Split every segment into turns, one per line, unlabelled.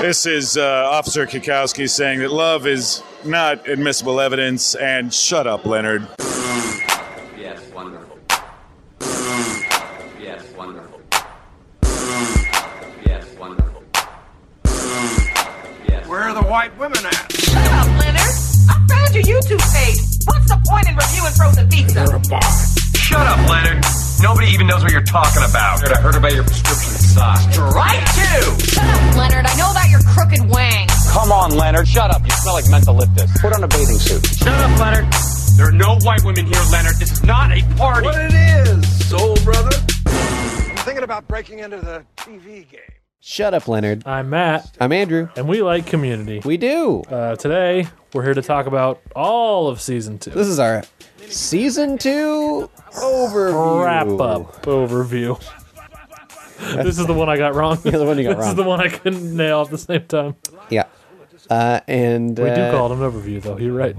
This is uh, Officer Kikowski saying that love is not admissible evidence and shut up, Leonard.
Yes, wonderful. Yes, wonderful. Yes, wonderful. Yes.
Where are the white women at?
Shut up, Leonard. I found your YouTube page. What's the point in reviewing frozen pizza?
Shut up, Leonard. Nobody even knows what you're talking about. I heard about your prescription sauce.
Right to. Shut up, Leonard. I know about your crooked wang.
Come on, Leonard. Shut up. You smell like mental liptus. Put on a bathing suit.
Shut up, Leonard. There are no white women here, Leonard. This is not a party.
What it is, soul brother? I'm thinking about breaking into the TV game.
Shut up, Leonard.
I'm Matt,
I'm Andrew.
and we like community.
We do.
Uh, today, we're here to talk about all of season two.
This is our season two overview.
wrap up overview. this is the one I got wrong.
Yeah, the one you got
this is
wrong.
the one I couldn't nail at the same time.
Yeah. Uh, and
We do
uh,
call it an overview, though. You're right.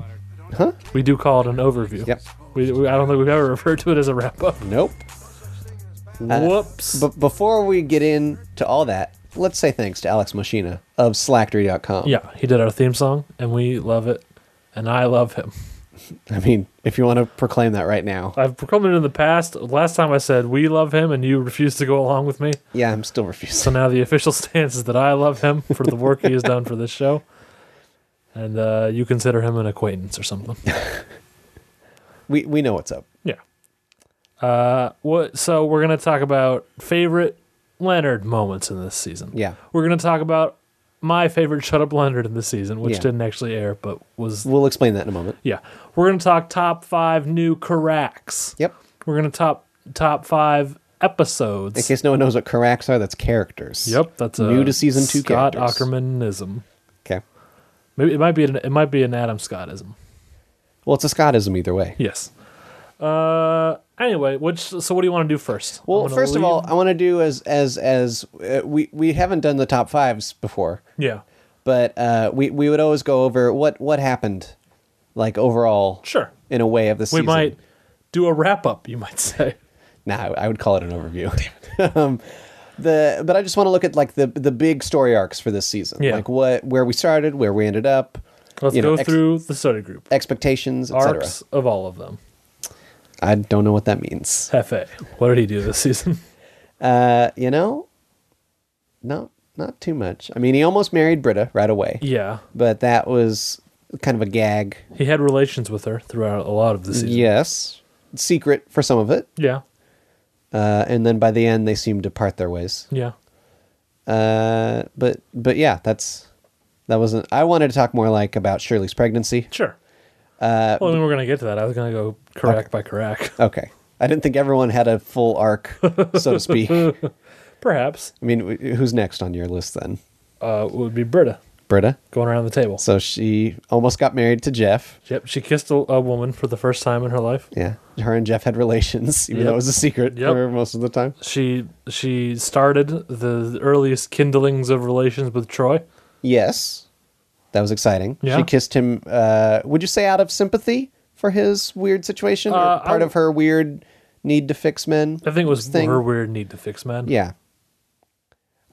Huh? We do call it an overview.
Yep.
We, we, I don't think we've ever referred to it as a wrap up.
Nope.
Whoops.
Uh, But before we get into all that, let's say thanks to Alex Machina of Slacktory.com.
yeah, he did our theme song, and we love it, and I love him.
I mean, if you want to proclaim that right now.
I've proclaimed it in the past. Last time I said we love him, and you refused to go along with me.
Yeah, I'm still
So
refusing.
now the official stance is that I love him for the work he has done for this show, and uh, you consider him an acquaintance or something.
We, we know what's up.
Yeah. Uh, what? So we're gonna talk about favorite Leonard moments in this season.
Yeah.
We're gonna talk about my favorite Shut Up Leonard in this season, which
Yeah.
didn't actually air, but was
We'll explain that in a moment.
yeah. We're gonna talk top five new Karaks.
Yep.
We're gonna top top five episodes.
In case no one knows what Karaks are, that's characters.
Yep, that's a
New to season two
Scott
characters.
Ackermanism.
Okay.
Maybe it might be an, it might be an Adam Scottism.
Well, it's a Scottism either way.
Yes. Uh. Anyway, which so what do you want to do first? I'm
Well,
gonna
first of
leave-
all, I want to do as as as uh, we we haven't done the top fives before,
yeah,
but uh, we we would always go over what what happened, like overall.
Sure.
In a way of the
we
season.
might do a wrap up. You might say.
Nah, I would call it an overview. um, the but I just want to look at like the the big story arcs for this season.
Yeah.
Like what where we started, where we ended up.
Let's
you know,
go
ex-
through the study group
expectations, etc.
arcs of all of them.
I don't know what that means.
Hefe, what did he do this season?
Uh, you know, no, not too much. I mean, he almost married Britta right away.
yeah,
but that was kind of a gag.
he had relations with her throughout a lot of the season.
Yes, secret for some of it,
yeah,
uh, and then by the end they seemed to part their ways.
yeah.
Uh, but but yeah, that's that wasn't. I wanted to talk more like about Shirley's pregnancy.
Sure. Uh, well, then we're gonna get to that. I was gonna go Karak by Karak,
Okay, I didn't think everyone had a full arc, so to speak. I
perhaps.
mean, w- who's next on your list then,
Uh, would be Britta
Britta?
going around the table.
So she almost got married to Jeff.
Yep, she kissed a, a woman for the first time in her life.
Yeah, her and Jeff had relations, even though
Yep.
it was a secret
Yep.
for most of the time.
She she started the earliest kindlings of relations with Troy.
Yes. That was exciting.
Yeah.
She kissed him, uh, would you say out of sympathy for his weird situation? or
Uh, I
part
w-
of her weird need to fix men?
I think it was
Thing.
her weird need to fix men.
Yeah.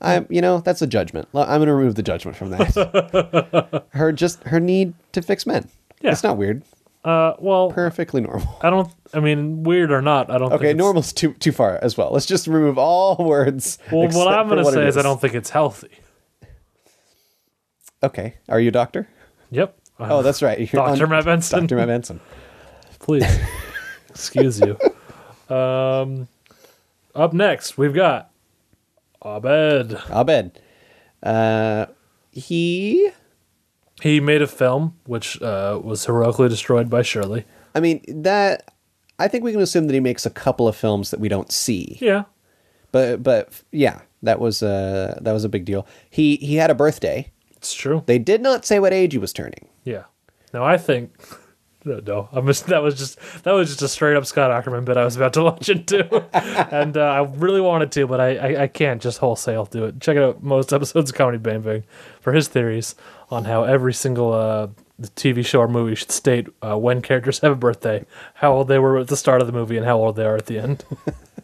I, you know, that's a judgment. L- I'm going to remove the judgment from that. her just, her need to fix men.
Yeah.
It's not weird.
Uh, well,
Perfectly normal.
I don't. I mean, weird or not, I don't. think
Okay,
it's-
normal's too too far as well. Let's just remove all words.
Well,
except
what I'm
for
going to
what it
say is I don't think it's healthy.
Okay, are you a doctor?
Yep.
Oh, that's right. You're on-
Dr. Matt Benson.
Dr. Matt Benson.
Please. Excuse you. Um, up next, we've got Abed.
Abed. Uh, he.
He made a film which uh, was heroically destroyed by Shirley.
I mean that. I think we can assume that he makes a couple of films that we don't see.
Yeah.
But but yeah, that was a that was a big deal. He he had a birthday.
It's true.
They did not say what age he was turning.
Yeah. Now I think no, no, I missed, that was just that was just a straight up Scott Ackerman bit I was about to launch into, and uh, I really wanted to, but I, I I can't just wholesale do it. Check out most episodes of Comedy Bang Bang for his theories on how every single uh, TV show or movie should state uh, when characters have a birthday, how old they were at the start of the movie, and how old they are at the end.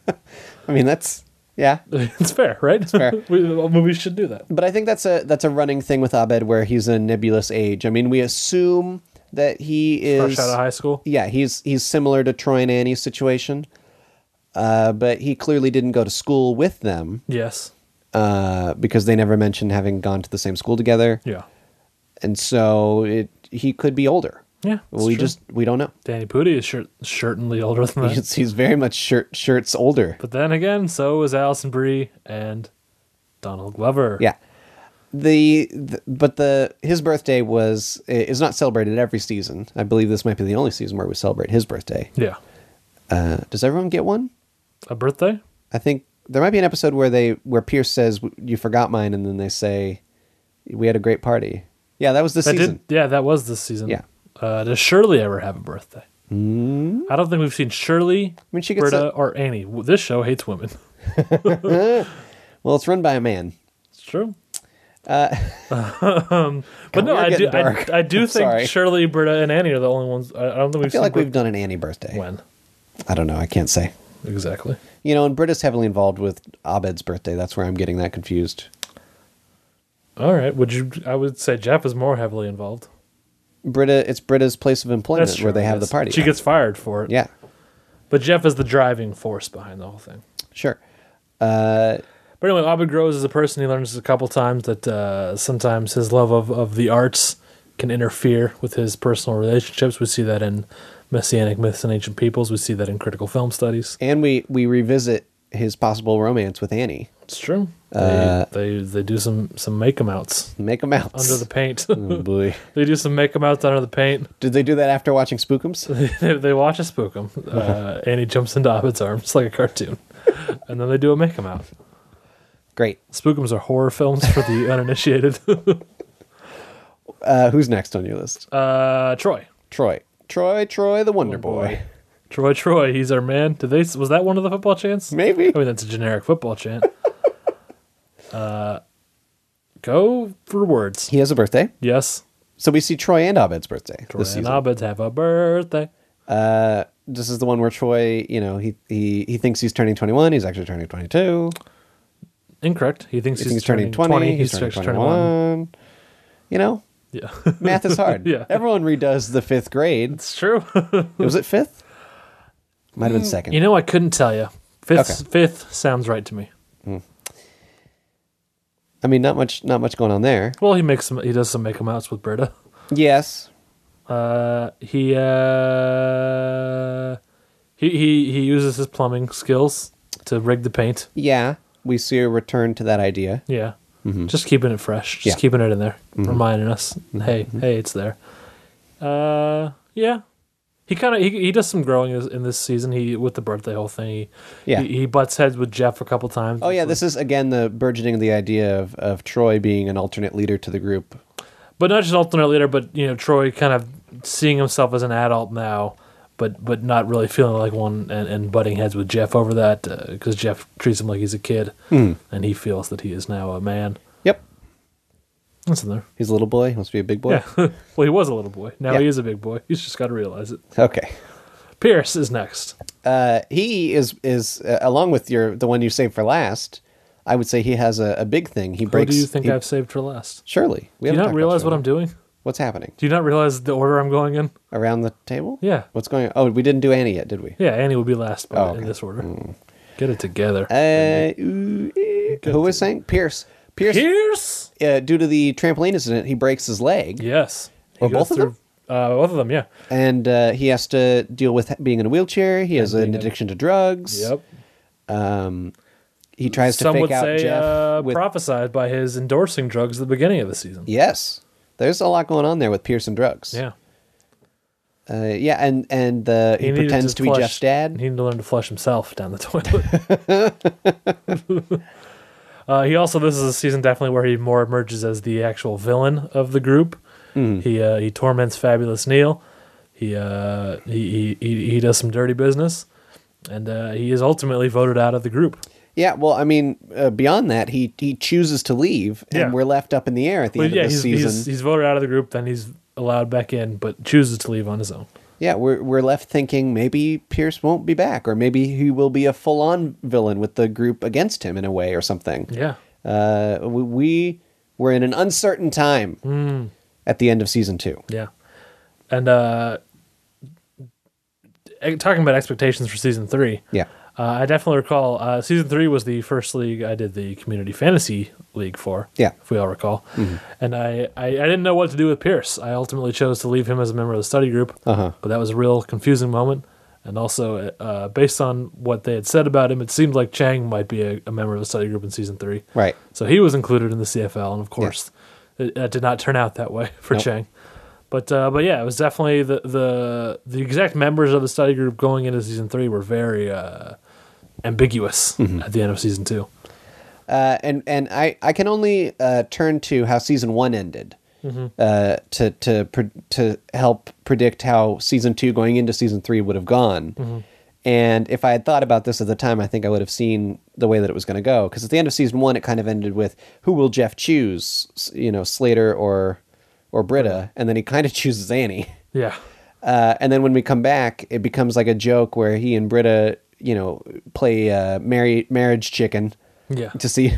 I mean that's Yeah.
It's fair, right? It's
fair.
we, movies should do that.
But I think that's a that's a running thing with Abed where he's a nebulous age. I mean, we assume that he is
Fresh out of high school.
yeah, he's he's similar to Troy and Annie's situation. Uh, but he clearly didn't go to school with them
Yes.
uh, because they never mentioned having gone to the same school together,
Yeah.
and so it he could be older.
Yeah. it's
we
true.
just we don't know.
Danny Pudi is cer- certainly older than that.
He's, he's very much shirt shirts older.
But then again, so is Allison Brie and Donald Glover.
Yeah. The, the but the his birthday was is not celebrated every season. I believe this might be the only season where we celebrate his birthday.
Yeah.
Uh, does everyone get one?
A birthday?
I think there might be an episode where they where Pierce says you forgot mine, and then they say we had a great party. Yeah, that was this
That
season.
did. Yeah, that was this season.
Yeah. Hmm?
Uh, does Shirley ever have a birthday? Mm. I don't think we've seen Shirley,
I mean, she gets
Britta,
a-
or Annie. W- This show hates women.
Well, it's run by a man.
It's true. Uh, but no,
we're
I do.
getting
I,
dark.
I do think
Sorry.
Shirley, Britta, and Annie are the only ones. I I don't think
I
we've
feel
seen
like
Brit-
we've done an Annie birthday.
when
I don't know. I can't say.
exactly.
You know, and Britta's heavily involved with Abed's birthday. That's where I'm getting that confused.
All right. Would you? I would say Jeff is more heavily involved.
Britta, it's Britta's place of employment
That's true,
where they have the
yes.
party.
She gets fired for it.
yeah,
But Jeff is the driving force behind the whole thing.
sure.
But anyway, Abed grows as a person. He learns a couple times that uh, sometimes his love of, of the arts can interfere with his personal relationships. We see that in Messianic Myths and Ancient Peoples. We see that in critical film studies.
And we we revisit his possible romance with Annie.
It's true. They, they they do some some make 'em outs
Make them out
under the paint.
Oh, boy.
they do some make 'em outs under the paint.
Did they do that after watching Spookums?
they, they watch a spook him, uh, and he jumps into Abed's arms like a cartoon, and then they do a make 'em out.
Great.
Spookums are horror films for the uninitiated.
Uh, who's next on your list?
uh, Oh, Troy.
Troy. Troy. Troy the Wonder Boy.
Troy, Troy, he's our man. Did they? Was that one of the football chants?
Maybe.
I mean, that's a generic football chant. uh, go for words.
He has a birthday.
Yes,
So we see Troy and Abed's birthday
Troy
this
and
season. Uh,
Abed have a birthday.
this is the one where Troy, you know, he he he thinks he's turning 21. He's actually turning 22.
Incorrect. He thinks
He
he's,
thinks he's
turning,
turning 20.
He's,
he's turning
actually turning one.
21. You know,
Yeah,
math is hard.
Yeah.
Everyone redoes the fifth grade.
it's true.
Was it fifth? Might have been second.
Mm, you know, I couldn't tell you. Fifth,
Okay.
fifth sounds right to me.
I mean, not much not much going on there.
Well, he makes some. He does some make 'em outs with Berta.
Yes.
Uh, he uh, he he he uses his plumbing skills to rig the paint.
Yeah. We see a return to that idea.
Yeah. Just keeping it fresh.
Mm-hmm. Yeah.
Just
Mm-hmm.
keeping it in there. Reminding us, hey, hey, it's there. Uh, yeah. He kind of he, he does some growing is- in this season. He with the birthday whole thing. He,
Yeah.
He, he butts heads with Jeff a couple times.
Oh yeah, this is again the burgeoning of the idea of, of Troy being an alternate leader to the group.
but not just alternate leader, but you know Troy kind of seeing himself as an adult now, but but not really feeling like one, and, and butting heads with Jeff over that because Jeff treats him like he's a kid,
Hmm.
and he feels that he is now a man.
Yep.
That's in there.
He's a little boy, wants to be a big boy.
Yeah. well, he was a little boy. Now he
Yeah.
is a big boy. He's just got to realize it.
Okay.
Pierce is next.
Uh, he is is uh, along with your the one you saved for last. I would say he has a, a big thing. He
Who
breaks.
do you think
he-
I've saved for last?
Surely, we
Do
haven't
you
talked
not
about
realize what
Shirley.
I'm doing?
What's happening
Do you not realize the order I'm going in?
around the table?
Yeah.
What's going? on? Oh, we didn't do Annie yet, did we?
Yeah, Annie will be last but
Oh,
in
okay.
this order. Get it together.
Uh, ooh, eh, who was saying Pierce? Pierce,
Pierce.
uh, due to the trampoline incident, he breaks his leg,
Yes. He
Or both of
goes
them?
Uh, both of them. Yeah.
and uh, he has to deal with being in a wheelchair. He has an
being a-
addiction to drugs.
Yep.
Um, he tries to
Some
fake
would
out
say
Jeff
uh,
with
prophesied by his endorsing drugs at the beginning of the season.
yes. There's a lot going on there with Pierce and drugs.
Yeah.
Uh, yeah, and and the he,
needed
pretends to, be
flush-
Jeff's dad.
He needed to learn to flush himself down the toilet. uh, he also this is a season definitely where he more emerges as the actual villain of the group.
Hmm.
He uh, he torments Fabulous Neil. He uh he he, he, he does some dirty business, and uh, he is ultimately voted out of the group.
Yeah, well, I mean, uh, beyond that, he he chooses to leave, and
Yeah.
we're left up in the air at the
Well,
end
yeah,
of the
he's,
season.
he's he's voted out of the group. Then he's allowed back in, but chooses to leave on his own.
yeah, we're we're left thinking maybe Pierce won't be back, or maybe he will be a full on villain with the group against him in a way or something.
Yeah.
Uh, we, we were in an uncertain time at the end of season two.
Yeah. And uh eh, talking about expectations for season 3.
Yeah,
Uh, I definitely recall uh, season three was the first league I did the community fantasy league for.
Yeah. Mm-hmm.
if we all recall, and I, I I didn't know what to do with Pierce. I ultimately chose to leave him as a member of the study group,
Uh-huh.
but that was a real confusing moment. And also, uh, based on what they had said about him, it seemed like Chang might be a, a member of the study group in season three.
right.
So he was included in the CFL, and of course, it, that did not turn out that way for
Nope.
Chang. But uh, but yeah, it was definitely the, the the exact members of the study group going into season three were very uh, ambiguous at the end of season two.
Uh, and and I I can only uh, turn to how season one ended uh, to to pre- to help predict how season two going into season three would have gone. And if I had thought about this at the time, I think I would have seen the way that it was going to go. Because at the end of season one, it kind of ended with who will Jeff choose? S- You know, Slater or or Britta, and then he kind of chooses Annie.
Yeah,
Uh, and then when we come back, it becomes like a joke where he and Britta, you know, play uh, marry, marriage chicken
yeah,
to see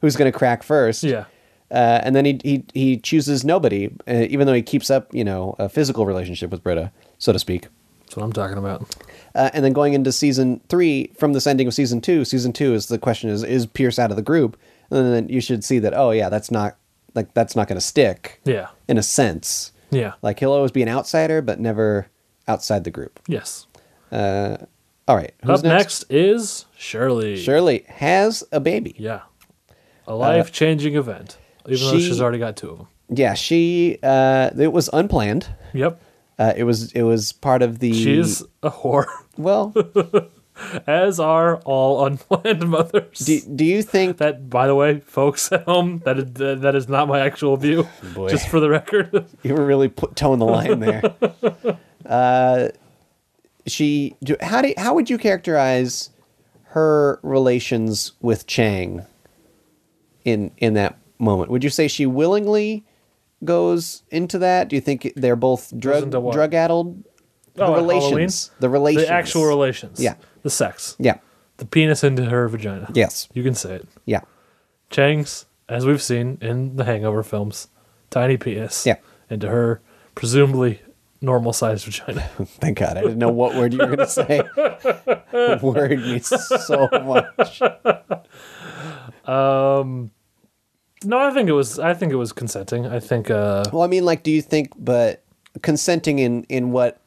who's going to crack first.
yeah,
Uh, and then he he he chooses nobody, uh, even though he keeps up, you know, a physical relationship with Britta, so to speak.
that's what I'm talking about.
Uh, and then going into season three, from this ending of season two, season two is the question is is Pierce out of the group? And then you should see that oh yeah, that's not like that's not going to stick
Yeah,
in a sense.
yeah,
Like he'll always be an outsider, but never outside the group.
yes.
All right,
Up next? is Shirley.
Shirley has a baby.
Yeah, a life changing event. Even though
she-
she's already got two of them.
Yeah, she uh, it was unplanned.
Yep,
Uh, it was it was part of the
she is a whore,
well.
as are all unplanned mothers.
Do, do you think
That, by the way, folks at home, that is, that is not my actual view.
Boy.
Just for the record,
you were really put, toeing the line there? uh, she do, how do how would you characterize her relations with Chang in in that moment? Would you say she willingly goes into that? Do you think they're both drug
into what?
drug addled? The
Oh, at
relations,
Halloween?
the relations,
the actual relations,
Yeah.
the sex,
Yeah,
the penis into her vagina.
Yes.
you can say it.
yeah,
Chang's, as we've seen in the Hangover films, tiny penis
Yeah.
into her presumably normal sized vagina.
Thank God. I didn't know what word you were going to say. Worried me so much.
no, I think it was. I think it was consenting. I think. uh
Well, I mean, like, do you think, but consenting in in what?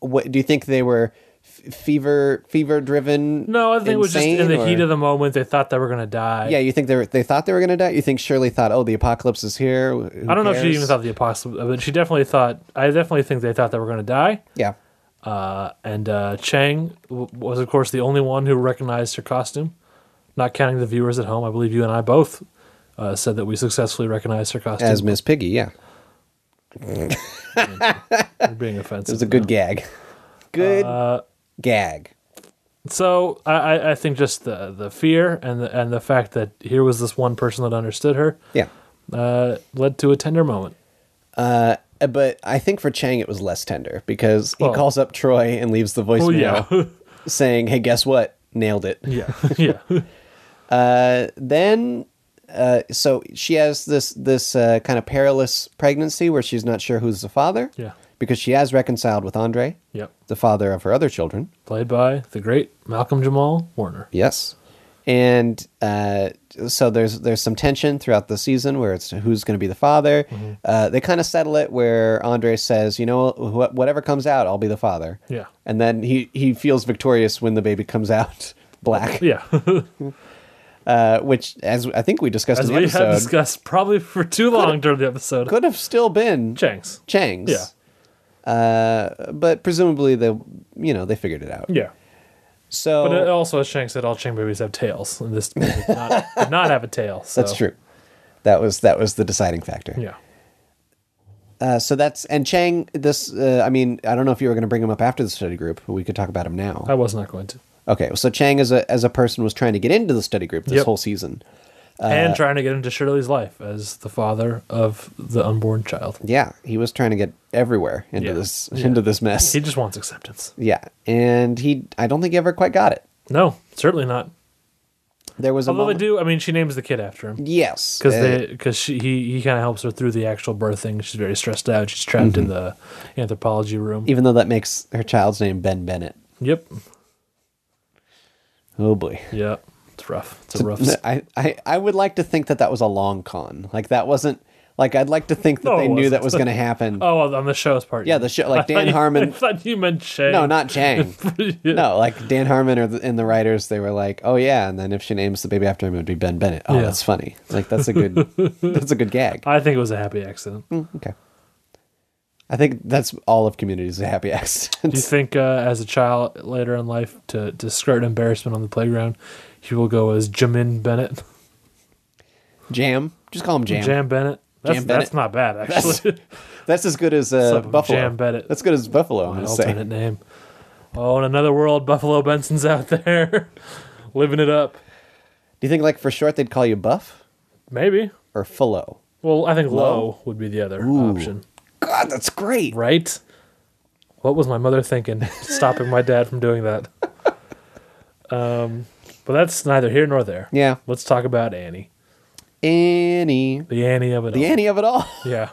What do you think they were? F- fever, fever driven.
No, I think it was just in the heat of
the.
the moment. They thought they were gonna die.
Yeah, you think they were, they thought they were going to die. You think Shirley thought, oh, the apocalypse is here. Who
I don't know if she
cares?
even thought the apostle, but she definitely thought. I definitely think they thought they were gonna die.
Yeah,
Uh, and uh, Chang w- was, of course, the only one who recognized her costume, not counting the viewers at home. I believe you and I both uh, said that we successfully recognized her costume.
as Miss Piggy. Yeah, it
You're being offensive.
was a good gag. Good
Uh,
gag.
So I- I, I think just the the fear and the and the fact that here was this one person that understood her
Yeah,
uh, led to a tender moment.
Uh, but I think for Chang it was less tender because he
Well-
calls up Troy and leaves the voicemail.
Oh yeah,
saying, "Hey, guess what? Nailed it."
yeah, yeah,
Then, uh, so she has this this uh, kind of perilous pregnancy where she's not sure who's the father.
Yeah.
because she has reconciled with Andre,
yep.
the father of her other children.
Played by the great Malcolm Jamal Warner.
Yes, and uh, so there's there's some tension throughout the season where it's who's going to be the father.
Mm-hmm.
Uh, they kind of settle it where Andre says, "You know, wh- whatever comes out, I'll be the father."
Yeah.
and then he he feels victorious when the baby comes out black.
Yeah,
uh, which, as I think we discussed
as
in the
we
episode,
have discussed probably for too long during the episode.
could have still been
Chang's.
Chang's. Uh,
Yeah.
but presumably they, you know, they figured it out.
Yeah.
So
But it also, as Shank said, all Chang babies have tails, and this baby did not, did not have a tail. So.
that's true. That was that was the deciding factor.
Yeah.
Uh, so that's and Chang. This uh, I mean I don't know if you were going to bring him up after the study group, but we could talk about him now.
Uh, I was not going to.
Okay, so Chang as a as a person was trying to get into the study group this
Yep.
whole season,
and trying to get into Shirley's life as the father of the unborn child.
Yeah, he was trying to get everywhere into
Yeah.
this into this mess.
He just wants acceptance.
yeah, and he I don't think he ever quite got it.
No, certainly not.
There was a
Although they
moment,
do, I mean, she names the kid after him
yes,
because
uh,
they because she he, he kind of helps her through the actual birth thing. She's very stressed out. She's trapped in the
Mm-hmm.
anthropology room.
even though that makes her child's name Ben Bennett.
Yep.
Oh boy.
Yeah. It's rough. It's a rough.
No, I, I, I would like to think that that was a long con. Like that wasn't like I'd like to think that
No, it
they knew that
wasn't.
was going to happen.
Oh, on the show's part.
Yeah, the show- like
I thought
Dan
you-
Harmon-
I thought you meant Shane.
No, not Chang. No, like Dan Harmon or the, in the writers, they were like, "Oh yeah," and then if she names the baby after him, it would be Ben Bennett. Oh,
Yeah.
that's funny. Like that's a good that's a good gag. Mm,
I think it was a happy accident. Do
Okay, I think that's all of communities a happy accident.
you think uh, as a child later in life to to skirt embarrassment on the playground, he will go as Jamin Bennett,
Jam, just call him Jam.
Jam Bennett? That's,
Jam Bennett.
that's not bad actually.
That's as good as uh,
Something
Buffalo.
Jam Bennett.
That's good as Buffalo. I'm
My
gonna
alternate
say.
name. Oh, in another world, Buffalo Benson's out there living it up.
Do you think like for short they'd call you Buff
Maybe.
or Fullo?
Well, I think low,
Low?
would be the other option,
God, Ah, that's great.
right? What was my mother thinking, stopping my dad from doing that? Um, but that's neither here nor there.
Yeah.
Let's talk about Annie,
Annie,
the Annie of it.
the
all.
Annie of it all.
Yeah.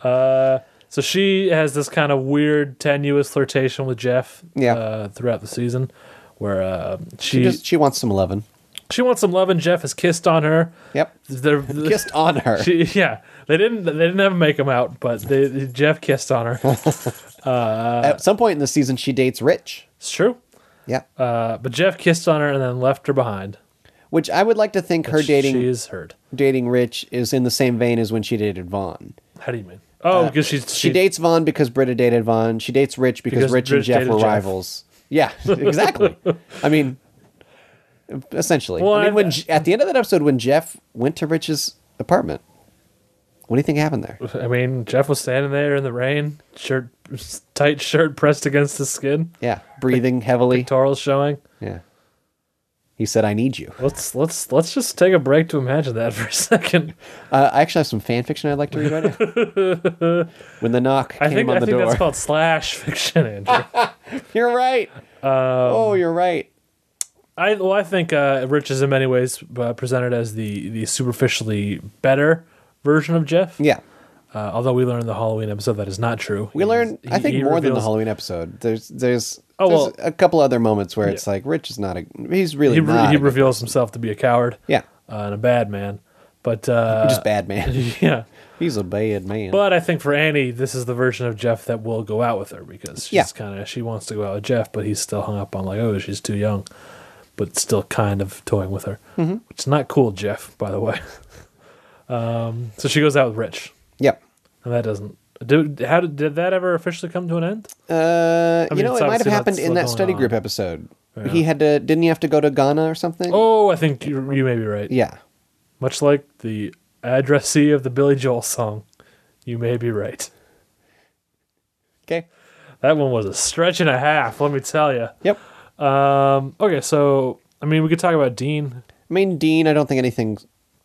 Uh, so she has this kind of weird, tenuous flirtation with Jeff.
Yeah.
Uh, throughout the season, where uh, she
She just she wants some loving.
she wants some love, and Jeff has kissed on her.
Yep,
They're
kissed on her.
She, yeah, they didn't. They didn't have him make him out, but they, Jeff kissed on her. uh,
At some point in the season, she dates Rich.
It's true.
Yeah,
Uh, but Jeff kissed on her and then left her behind.
which I would like to think her dating
She is hurt.
dating Rich is in the same vein as when she dated Vaughn.
How do you mean? Oh, because she's
Uh, She dates Vaughn because Britta dated Vaughn. She dates Rich because,
Because
Rich,
Rich
and Jeff
dated
were
Jeff.
rivals. Yeah, exactly. I mean, essentially.
Well,
I mean,
I-
when J- at the end of that episode, when Jeff went to Rich's apartment, what do you think happened there?
I mean, Jeff was standing there in the rain, shirt, tight shirt pressed against his skin,
Yeah, breathing heavily.
pectorals showing.
Yeah, he said, "I need you."
Let's let's let's just take a break to imagine that for a second.
Uh, I actually have some fan fiction I'd like to read right now. when the knock
I
came
think
on
I
the
think
door,
that's called slash fiction, Andrew.
you're right.
Um,
oh, you're right.
I well, I think uh, Rich is in many ways uh, presented as the the superficially better version of Jeff.
Yeah,
Uh, although we learned in the Halloween episode that is not true.
we
He's-
learned. I
he-
think
he
more than the
reveals-
Halloween episode. There's there's,
Oh,
there's
well-
a couple other moments where it's like Rich is not a. He's really
he, re-
not.
he
a good-
reveals himself to be a coward
yeah,
uh, and a bad man but uh
just bad man.
yeah
he's a bad man.
but i think for annie this is the version of jeff that will go out with her because she's
Yeah.
kind of she wants to go out with jeff but he's still hung up on like oh she's too young but still kind of toying with her
Mm-hmm.
which is not cool jeff by the way um so she goes out with rich
yep.
and that doesn't did, how did, did that ever officially come to an end
Uh, you
mean,
know,
it's
it might have
obviously not
happened
still
in that
going
study
on.
group episode. He had to. Didn't he have to go to Ghana or something?
oh i think you, you may be right
Yeah.
much like the addressee of the billy joel song you may be right
Okay.
That one was a stretch and a half, let me tell you.
Yep.
Um, okay, so I mean, we could talk about Dean.
I mean, Dean. I don't think anything.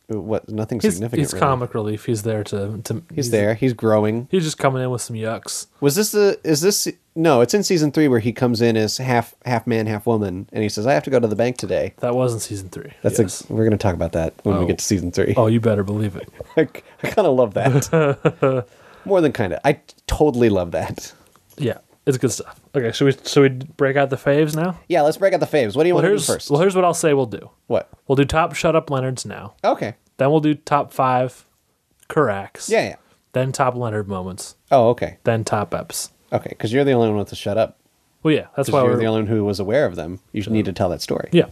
What? Nothing
He's,
significant.
he's
really.
comic relief. He's there to to.
He's, there. He's growing.
He's just coming in with some yucks.
Was this the? Is this no? It's in season three where he comes in as half half man, half woman, and he says, "I have to go to the bank today."
That wasn't season three.
That's
yes.
a, we're going to talk about that when we
Oh.
get to season three.
oh, you better believe it.
I, kind of love that. More than kind of. I totally love that.
Yeah, it's good stuff. Okay, so we so we break out the faves now.
Yeah, let's break out the faves. What do you
Well,
want to do
here's
first?
well, here's what I'll say. We'll do.
what?
We'll do top shut up Leonard's now.
Okay.
Then we'll do top five, Carax.
Yeah. yeah.
Then top Leonard moments.
Oh, okay.
Then top Eps.
Okay, because you're the only one with the shut up.
Well, yeah, that's why
Because
we're
you're the only one who was aware of them. You need to tell that story.
Yeah.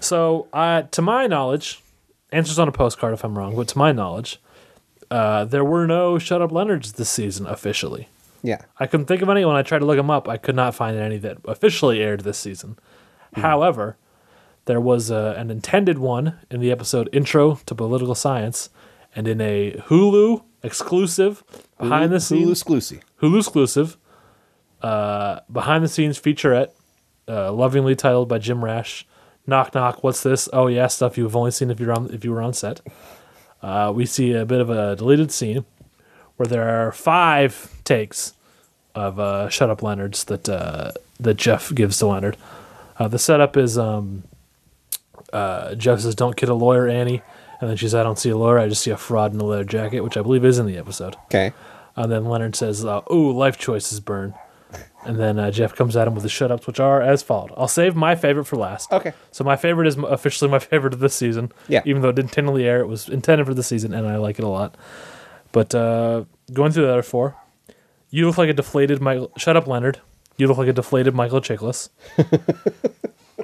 So, uh, to my knowledge, answers on a postcard if I'm wrong, but to my knowledge, uh, there were no Shut Up Leonards this season officially.
Yeah.
I couldn't think of any. When I tried to look them up, I could not find any that officially aired this season. However, there was uh an intended one in the episode Intro to Political Science and in a Hulu exclusive behind the
Hulu
scenes
exclusive.
Hulu exclusive, uh, behind the scenes featurette, uh, lovingly titled by Jim Rash, knock knock what's this oh yeah stuff you've only seen if you're on if you were on set uh, we see a bit of a deleted scene where there are five takes of uh, shut up leonard's that uh, that jeff gives to leonard uh, the setup is um, uh, jeff says don't get a lawyer annie and then she says i don't see a lawyer i just see a fraud in a leather jacket which i believe is in the episode
Okay.
and then Leonard says, uh, "Ooh, life choices burn." And then uh, Jeff comes at him with the shut ups, which are as followed. I'll save my favorite for last.
Okay.
So my favorite is m- officially my favorite of this season.
Yeah.
Even though it didn't tend to the air, it was intended for the season, and I like it a lot. But uh, going through the other four, you look like a deflated Michael. Shut up, Leonard. You look like a deflated Michael Chiklis.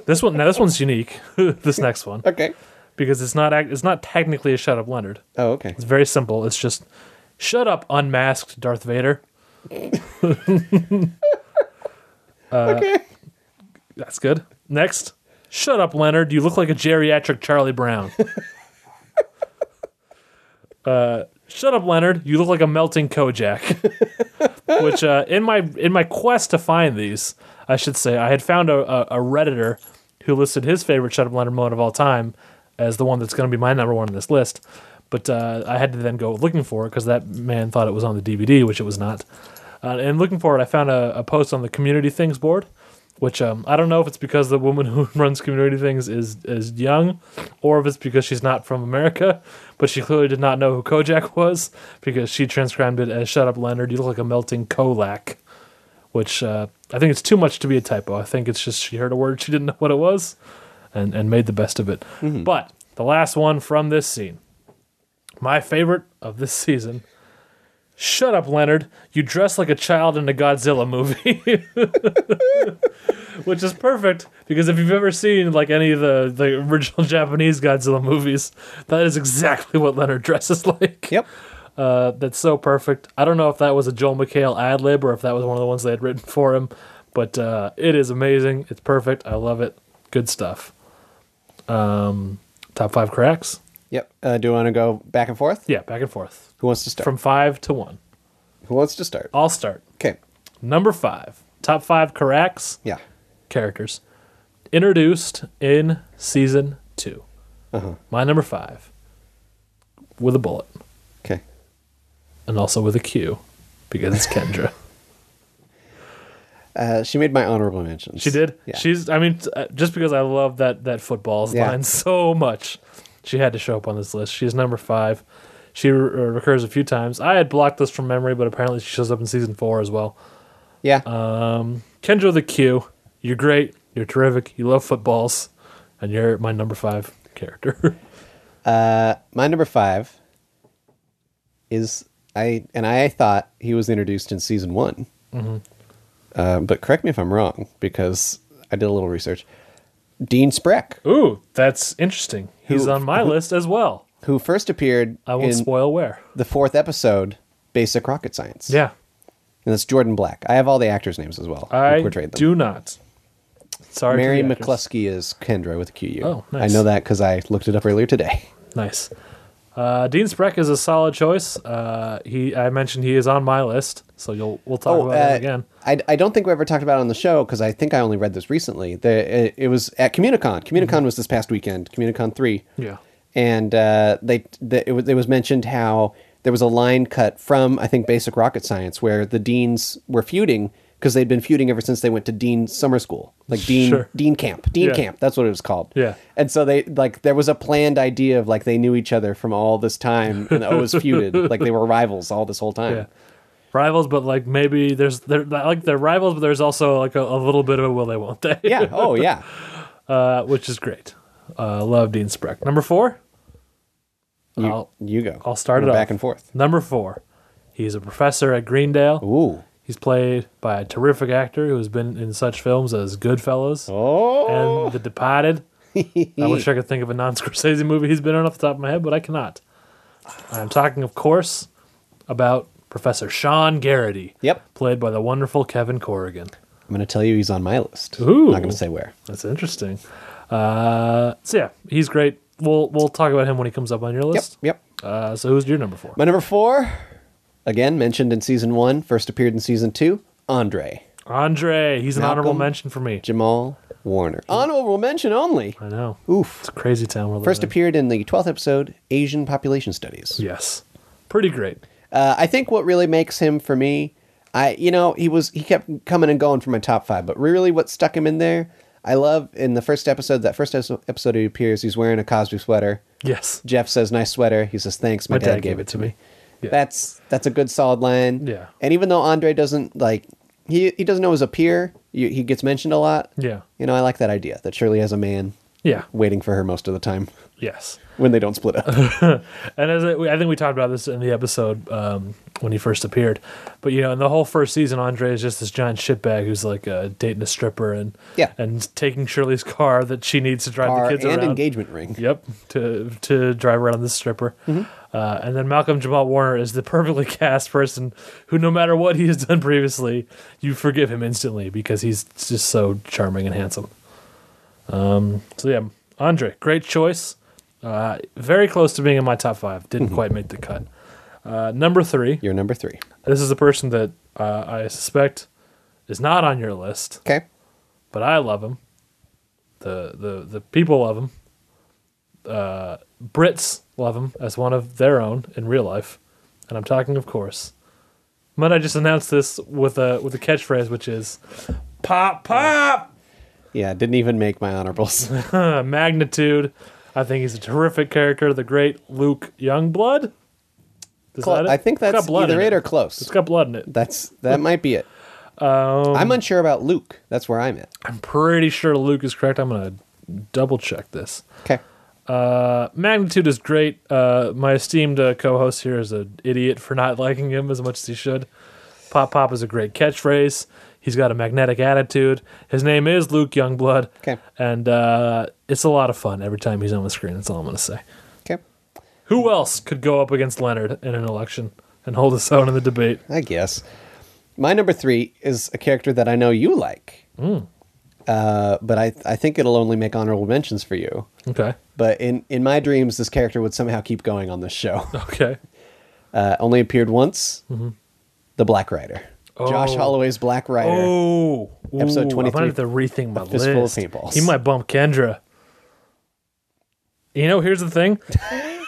this one now. This one's unique. this next one
Okay.
because it's not act- it's not technically a shut up, Leonard.
Oh, okay.
It's very simple. It's just shut up, unmasked Darth Vader. Uh,
okay.
That's good. Next, shut up, Leonard. You look like a geriatric Charlie Brown. uh, shut up, Leonard. You look like a melting Kojak. Which uh, in my in my quest to find these, I should say I had found a, a, a redditor who listed his favorite shut up Leonard moment of all time as the one that's going to be my number one on this list. But uh, I had to then go looking for it because that man thought it was on the DVD, which it was not. Uh, and looking for it, I found a, a post on the community things board which um, I don't know if it's because the woman who runs community things is is young, or if it's because she's not from America. But she clearly did not know who Kojak was because she transcribed it as "Shut up, Leonard. You look like a melting Kolak," which uh, I think it's too much to be a typo. I think it's just she heard a word she didn't know what it was, and and made the best of it. But the last one from this scene, my favorite of this season. Shut up, Leonard. You dress like a child in a Godzilla movie. which is perfect because if you've ever seen like any of the, the original Japanese Godzilla movies, that is exactly what Leonard dresses like.
Yep.
Uh, that's so perfect. I don't know if that was a Joel McHale ad lib or if that was one of the ones they had written for him, but uh, it is amazing. It's perfect. I love it. Good stuff. Um, top five cracks.
Yep. Uh, do you want to go back and forth?
Yeah, back and forth
Who wants to start?
from five to one.
Who wants to start?
I'll start.
Okay.
Number five. Top five cracks.
Yeah.
characters introduced in season 2 My number five, with a bullet
Okay.
and also with a Q, because it's Kendra.
Uh, she made my honorable mentions.
she did.
Yeah.
She's. I mean, t- uh, just because I love that that football's
Yeah.
line so much, she had to show up on this list. She's number five. She re- uh, recurs a few times. I had blocked this from memory, but apparently she shows up in season four as well.
Yeah.
Uh, Kendra with a Q. You're great. You're terrific. You love footballs, and you're my number five character.
my number five is I and I thought he was introduced in season one,
Mm-hmm.
uh, but correct me if I'm wrong because I did a little research. Dean Spreck,
Ooh, that's interesting. He's
Who-
on my list as well.
who first appeared
I won't
in
spoil where.
the fourth episode, Basic Rocket Science.
Yeah,
and that's Jordan Black. I have all the actors' names as well. who
I
portrayed them.
do not. Sorry, to
Mary
the actors.
McCluskey is Kendra with a QU.
Oh, nice.
I know that because I looked it up earlier today.
Nice. Uh, Dean Spreck is a solid choice. Uh, he, I mentioned he is on my list, so you'll we'll talk about
uh,
him again.
I, I don't think we ever talked about it on the show because I think I only read this recently. The, it, it was at Communicon. Communicon
Mm-hmm.
was this past weekend. Communicon three.
Yeah.
And uh, they the, it, was, it was mentioned how there was a line cut from I think Basic Rocket Science where the deans were feuding because they'd been feuding ever since they went to Dean summer school, like Dean
Sure.
Dean Camp, Dean
Yeah.
Camp. That's what it was called.
Yeah.
And so they like there was a planned idea of like they knew each other from all this time and always feuded like they were rivals all this whole time.
Yeah. Rivals, but like maybe there's they're like they're rivals, but there's also like a, a little bit of a will they won't they,
yeah. Oh yeah.
uh, which is great. Uh, love Dean Spreck. Number four.
You,
I'll-
you go.
I'll start
We're
it off.
back and forth.
Number four. He's a professor at Greendale.
Ooh.
He's played by a terrific actor who has been in such films as Goodfellas
Oh.
and The Departed. I wish I could think of a non Scorsese movie he's been in off the top of my head, but I cannot. I'm talking, of course, about Professor Sean Garrity.
Yep.
Played by the wonderful Kevin Corrigan.
I'm going to tell you he's on my list.
Ooh.
I'm not going to say where.
That's interesting. Uh, so, yeah, he's great. We'll, we'll talk about him when he comes up on your
Yep.
list.
Yep.
Uh, so, who's your number four?
My number four, again mentioned in season one, first appeared in season two. Andre
Andre. He's an honorable
Malcolm.
mention for me.
Jamal Warner. Honorable mention only.
I know.
Oof.
It's a crazy town we're
First
living
appeared in the 12th episode, Asian Population Studies.
in. Yes. Pretty great.
Uh, I think what really makes him for me, I you know he was he kept coming and going for my top five, but really what stuck him in there, I love in the first episode that first es- episode he appears, he's wearing a Cosby sweater.
Yes.
Jeff says, "Nice sweater." He says, "Thanks, my, dad, gave it to me."
Yeah.
That's that's a good solid line.
Yeah.
And even though Andre doesn't like he he doesn't know his appear, you, he gets mentioned a lot.
Yeah.
You know, I like that idea that Shirley has a man
Yeah.
waiting for her most of the time
Yes.
when they don't split up.
And as I, we- I think we talked about this in the episode um, when he first appeared, but you know, in the whole first season, Andre is just this giant shitbag who's like uh, dating a stripper and
Yeah.
and taking Shirley's car that she needs to drive
Car
the
and
kids around.
engagement ring.
Yep, to to drive around this stripper. Uh, and then Malcolm Jamal Warner is the perfectly cast person who, no matter what he has done previously, you forgive him instantly because he's just so charming and handsome. Um, so yeah, Andre, great choice. Uh, very close to being in my top five. Didn't quite make the cut. Uh, number three.
You're number three.
This is a person that uh, I suspect is not on your list
Okay.
but I love him. The the the people love him. Uh, Brits love him as one of their own in real life, and I'm talking, of course. Might I just announce this with a with a catchphrase, which is "Pop Pop"
Yeah, didn't even make my honorables.
Uh, magnitude. I think he's a terrific character. The great Luke Youngblood. Is
Cl-
that it?
I think
It's got
that's
blood
either
in
it or
It's
close.
got blood in it.
That's that might be it. I'm unsure about Luke. That's where I'm at.
I'm pretty sure Luke is correct. I'm gonna double check this.
Okay.
Uh, Magnitude is great. Uh, my esteemed uh, co-host here is an idiot for not liking him as much as he should. Pop Pop is a great catchphrase. He's got a magnetic attitude. His name is Luke Youngblood.
Okay.
And uh, it's a lot of fun every time he's on the screen. That's all I'm going to say.
Okay.
Who else could go up against Leonard in an election and hold his own in the debate?
I guess. My number three is a character that I know you like.
Mm.
Uh, but I I think it'll only make honorable mentions for you.
Okay.
But in, in my dreams, this character would somehow keep going on this show.
Okay.
Uh, only appeared once. The Black Rider. Josh
Mm-hmm. Oh.
Holloway's Black Rider.
Oh,
Episode
Ooh, I
23,
might have to rethink my
A Fistful of
list.
Paintballs.
He might bump Kendra. You know, here's the thing. there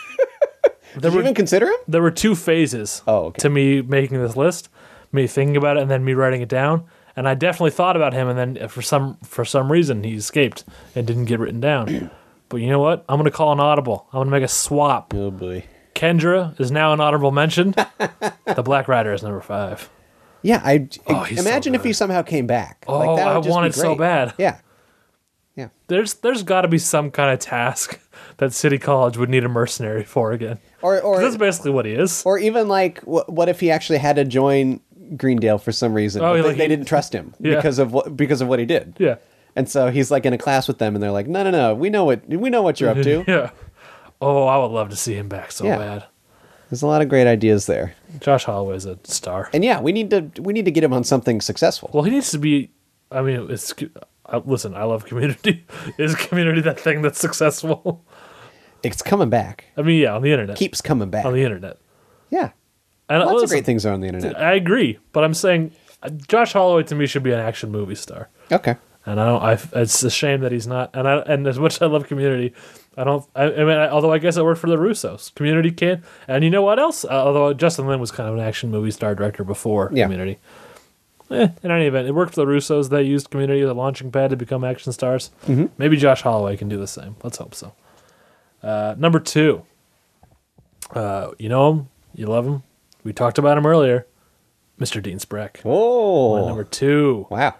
Did you
were
even consider him?
there were two phases
Oh, okay.
to me making this list, me thinking about it, and then me writing it down. And I definitely thought about him, and then uh, for some for some reason he escaped and didn't get written down. but you know what? I'm gonna call an audible. I'm gonna make a swap.
Oh boy.
Kendra is now an honorable mention. the Black Rider is number five.
Yeah, I
Oh, he's so
imagine if
good.
he somehow came back.
Oh, I
would just be
want it so
great.
bad.
Yeah,
there's there's got to be some kind of task that City College would need a mercenary for again.
or
'Cause that's
or
basically what he is.
or even like, wh- what if he actually had to join Greendale for some reason? but
Oh,
they,
like
they
he-
didn't trust him
Yeah.
because of what because of what he did.
yeah,
and so he's like in a class with them, and they're like, "No, no, no, we know what we know what you're up to."
yeah. Oh, I would love to see him back so
Yeah.
bad.
There's a lot of great ideas there,
Josh Holloway's a star.
and yeah, we need to we need to get him on something successful.
Well, he needs to be. I mean, it's. I, listen, I love Community. Is Community that thing that's successful?
it's coming back,
I mean, yeah, on the internet.
keeps coming back.
on the internet.
yeah,
And
lots of
listen,
great things are on the internet.
I agree, but I'm saying uh, Josh Holloway to me should be an action movie star.
Okay,
and I don't. I it's a shame that he's not. And I and as much as I love Community, I don't. I, I mean, I, although I guess it worked for the Russos. Community can, and you know what else? Uh, although Justin Lin was kind of an action movie star director before
Yeah.
Community. Eh, in any event, it worked for the Russos. They used Community as a launching pad to become action stars.
Mm-hmm.
Maybe Josh Holloway can do the same. Let's hope so. Uh, number two. Uh, you know him. You love him. We talked about him earlier. Mr. Dean Spreck. My
oh
Number two.
wow,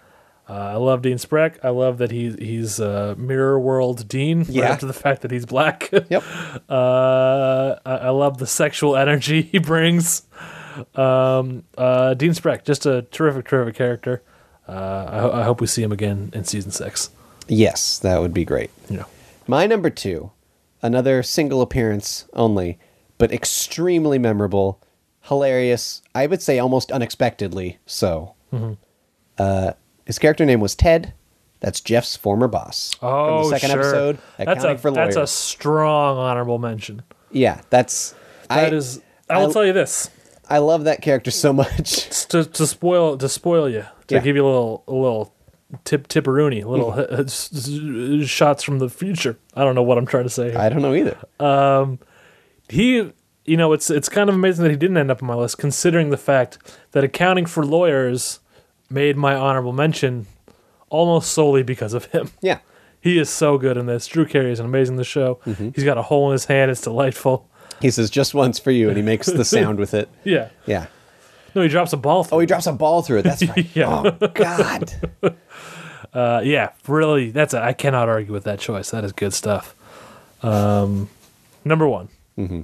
Uh, I love Dean Spreck. I love that he's he's uh, Mirror World Dean. right
Yeah.
after the fact that he's black.
yep,
Uh, I, I love the sexual energy he brings. Um, uh, Dean Spreck, just a terrific, terrific character. Uh, I, ho- I hope we see him again in season six.
yes, that would be great.
You know,
My number two, another single appearance only, but extremely memorable, hilarious. I would say almost unexpectedly so. Uh,
Mm-hmm.
his character name was Ted. That's Jeff's former boss.
oh,
From the second
sure.
episode,
that's
accounting
a
for lawyers.
that's a strong honorable mention.
yeah, that's.
That
I,
is, I will
I-
tell you this
I love that character so much.
to, to spoil to spoil you to
Yeah.
give you a little a little tip tipperoonie, little uh, s- s- shots from the future. I don't know what I'm trying to say. here.
I don't know either.
he you know it's it's kind of amazing that he didn't end up on my list considering the fact that accounting for lawyers made my honorable mention almost solely because of him
Yeah.
he is so good in this drew carey is an amazing in the show he's got a hole in his hand it's delightful
He says just once for you, and he makes the sound with it.
yeah
Yeah.
no he drops a ball through.
Oh, he drops a ball through it. That's right.
Yeah.
Oh God.
uh, yeah really that's a, i cannot argue with that choice that is good stuff um number one mm-hmm.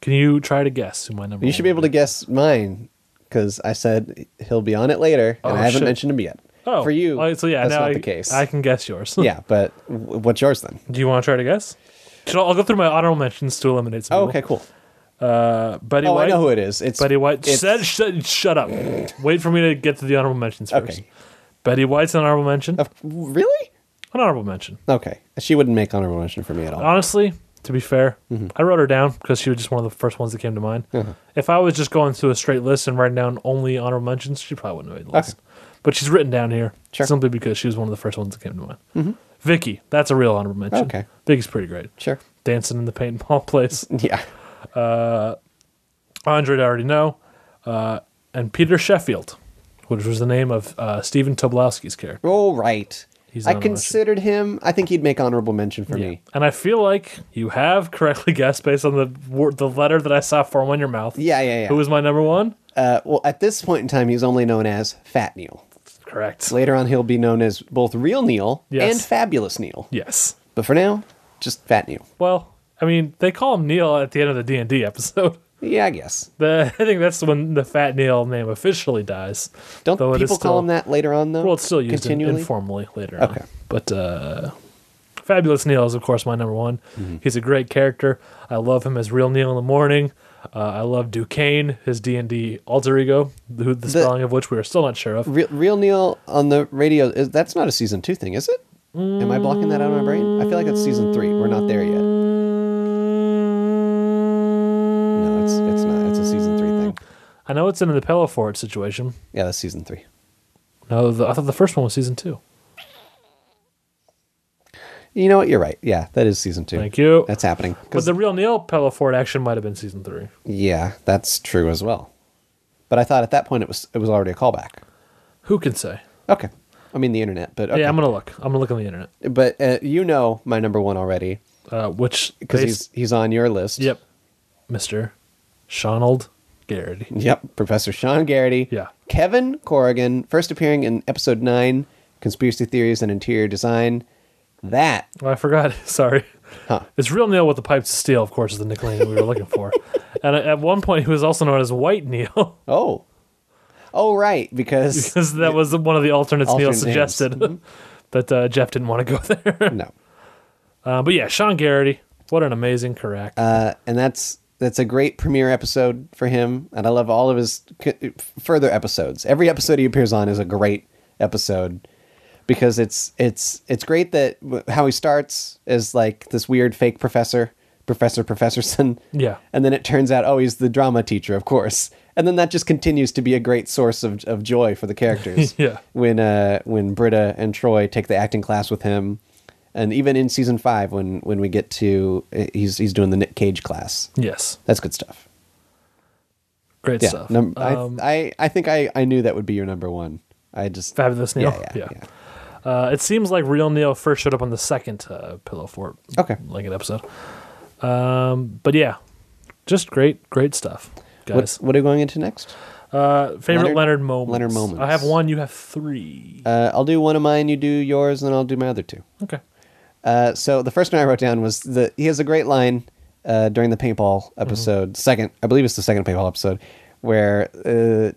can you try to guess who my number
You
one
should be able to guess mine because I said he'll be on it later, and
Oh,
I haven't
shit.
mentioned him yet.
oh
for you,
oh, so yeah
that's
now
not
I,
the case.
i can guess yours
yeah, but w- what's yours then?
Do you want to try to guess? Should I, will go through my honorable mentions to eliminate some.
Oh,
people.
okay, cool.
Betty
Oh,
White.
I know who it is. It's
Betty White.
it's-
Shut, shut, shut up. Wait for me to get to the honorable mentions first.
Okay.
Betty White's an honorable mention.
Of- really?
An honorable mention.
Okay, she wouldn't make honorable mention for me at all.
Honestly, to be fair,
Mm-hmm.
I wrote her down because she was just one of the first ones that came to mind.
Uh-huh.
If I was just going through a straight list and writing down only honorable mentions, she probably wouldn't have made the
Okay.
list. But she's written down here
Sure. Mm-hmm.
simply because she was one of the first ones that came to mind. Vicky, that's a real honorable mention.
Okay.
Vicky's pretty great.
Sure.
Dancing in the paintball place.
Yeah.
Andre, I already know, uh, and Peter Sheffield, which was the name of uh, Stephen Tobolowsky's character.
Oh, right.
He's
I
honorable mention.
considered him. I think he'd make honorable mention for me.
And I feel like you have correctly guessed based on the word, the letter that I saw form on your mouth.
Yeah, yeah, yeah.
Who was my number one?
uh, well, at this point in time, he's only known as Fat Neil.
Correct.
Later on, he'll be known as both Real Neil
Yes.
and Fabulous Neil.
Yes.
But for now, just Fat Neil.
Well, I mean, they call him Neil at the end of the D and D episode.
Yeah, I guess.
The, I think that's when the Fat Neil name officially dies.
Don't
Though it is
people
still-
call him that later on though?
Well, it's still used in-
continually.
informally later.
Okay.
On. But uh, Fabulous Neil is, of course, my number one.
Mm-hmm.
He's a great character. I love him as Real Neil in the morning. Uh, I love Duquesne, his D and D alter ego, who, the spelling of which we are still not sure of.
Real, Real Neil on the radio. Is, that's not a season two thing, is it? Am I blocking that out of my brain? I feel like that's season three. We're not there yet. No, it's it's not. It's a season three thing.
I know it's in the Pellafort situation.
Yeah, that's season three.
No, the, I thought the first one was season two.
You know what? You're right. Yeah, that is season two.
Thank you.
That's happening. 'Cause-
but the Real Neil Pellafort action might have been season three.
yeah, that's true as well. But I thought at that point it was it was already a callback.
Who can say?
Okay. I mean the internet, but okay.
Yeah, I'm gonna look. I'm gonna look on the internet.
but uh, you know my number one already
Uh, which
because
based-
he's he's on your list.
yep, Mister Shonald Garrity.
Yep, Professor Sean Garrity.
Yeah.
Kevin Corrigan, first appearing in episode nine, Conspiracy Theories and Interior Design. That,
Oh, I forgot. Sorry.
Huh.
It's Real Neil with the Pipes of Steel, of course, is the nickname we were looking for. And at- at one point, he was also known as White Neil,
oh. Oh, right, because
because that was one of the alternates
Alternate
Neil
names. Mm-hmm.
suggested. But uh, Jeff didn't want to go there.
no.
Uh, but yeah, Sean Garrity. What an amazing correct.
Uh, and that's that's a great premiere episode for him, and I love all of his c- further episodes. Every episode he appears on is a great episode because it's it's it's great that w- how he starts is like this weird fake professor, Professor Professorson.
Yeah.
And then it turns out, oh, he's the drama teacher, of course. And then that just continues to be a great source of, of joy for the characters.
Yeah.
When uh, when Britta and Troy take the acting class with him, and even in season five, when when we get to uh, he's he's doing the Nick Cage class.
yes.
That's good stuff.
Great
Yeah.
stuff.
Num-
Um,
I, I I think I I knew that would be your number one. I just
Fabulous Neil.
Yeah, yeah, yeah.
Uh, it seems like Real Neil first showed up on the second uh, Pillow Fort
Okay.
Lincoln episode. Um, but yeah, just great, great stuff,
What,
guys.
what are we going into next?
Uh, favorite
Leonard-
Leonard, moments.
Leonard moments.
I have one. You have three.
Uh, I'll do one of mine. You do yours, and then I'll do my other two.
okay.
Uh, so the first one I wrote down was the he has a great line uh, during the paintball
Mm-hmm.
episode. Second, I believe it's the second paintball episode where uh,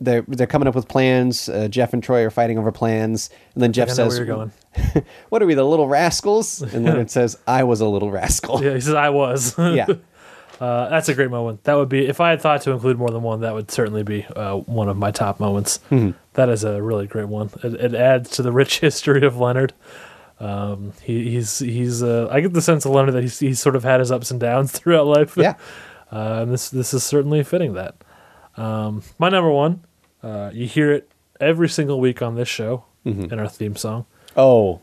they're they're coming up with plans. Uh, Jeff and Troy are fighting over plans, and then Jeff
I know where
says,
you're going.
"What are we, the little rascals?" And Leonard says, "I was a little rascal."
Yeah, he says I was.
yeah.
uh, that's a great moment. That would be if I had thought to include more than one. That would certainly be uh, one of my top moments.
Mm-hmm.
That is a really great one. It, it adds to the rich history of Leonard. Um, he, he's he's. Uh, I get the sense of Leonard that he's, he's sort of had his ups and downs throughout life.
Yeah.
Uh, and this this is certainly fitting that. Um, my number one, uh, you hear it every single week on this show,
Mm-hmm.
in our theme song.
Oh,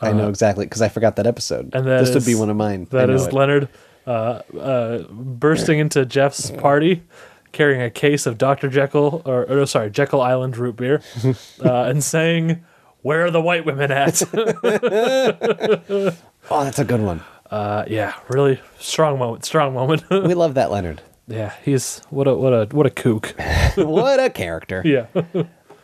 I know exactly because I forgot that episode.
Uh-huh. and that
this would
is-
be one of mine. I
That
know
is
it.
Leonard uh, uh, bursting into Jeff's party, carrying a case of Dr. Jekyll, or, or no, sorry, Jekyll Island root beer, uh, and saying, Where are the white women at?
Oh, that's a good one.
uh, yeah, really strong moment, strong moment.
We love that Leonard.
yeah, he's what a what a what a kook.
what a character.
Yeah.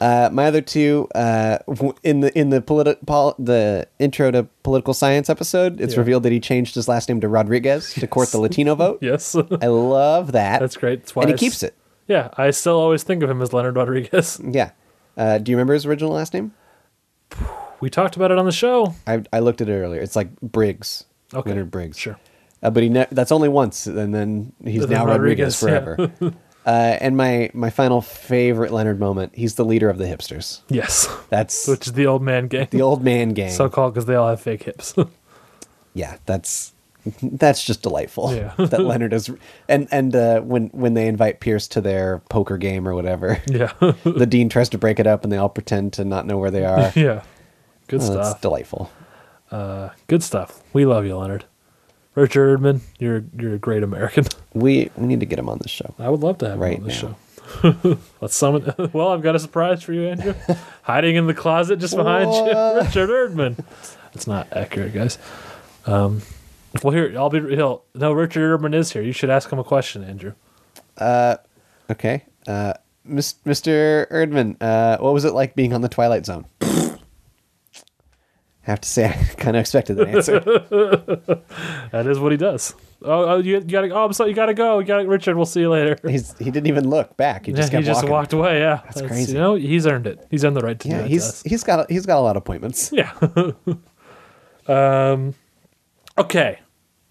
Uh, my other two uh, w- in the in the politi- pol- the intro to political science episode, it's
Yeah.
revealed that he changed his last name to Rodriguez to court the Latino vote.
yes.
I love that.
That's great. That's why
and
I
he
s-
keeps it.
Yeah, I still always think of him as Leonard Rodriguez.
Yeah. Uh, do you remember his original last name?
We talked about it on the show.
I, I looked at it earlier. It's like Briggs.
Okay.
Leonard Briggs.
Sure.
Uh, but he ne- that's only once, and then he's
And then
now Rodriguez,
Rodriguez,
forever. uh, and my my final favorite Leonard moment. He's the leader of the hipsters.
Yes.
That's
Which is the old man gang.
the old man gang.
so called because they all have fake hips.
yeah, that's that's just delightful.
Yeah.
that Leonard is, and and uh, when when they invite Pierce to their poker game or whatever,
yeah.
the dean tries to break it up, and they all pretend to not know where they are.
yeah. Good
Oh, that's
stuff.
delightful.
Good stuff. We love you, Leonard. Richard Erdman, you're you're a great American.
We we need to get him on this show.
I would love to have
Right
you on the
now.
show. Let's summon. Well, I've got a surprise for you, Andrew. Hiding in the closet just behind you,
What?
Richard Erdman. That's not accurate, guys. Um, well, here I'll be. He'll, no, Richard Erdman is here. You should ask him a question, Andrew.
Okay, uh, Mis- Mr. Erdman, uh, what was it like being on the Twilight Zone? I have to say, I kind of expected that answer.
That is what he does. Oh, oh you, you gotta. Oh, I'm sorry. You gotta go. You gotta, Richard. We'll see you later.
He's he didn't even look back. He just
yeah,
kept
he just
walking.
walked away. Yeah, that's,
crazy.
You know, he's earned it. He's earned the right to do
Yeah,
that.
he's
to
he's got a, he's got a lot of appointments.
us. yeah. um, okay,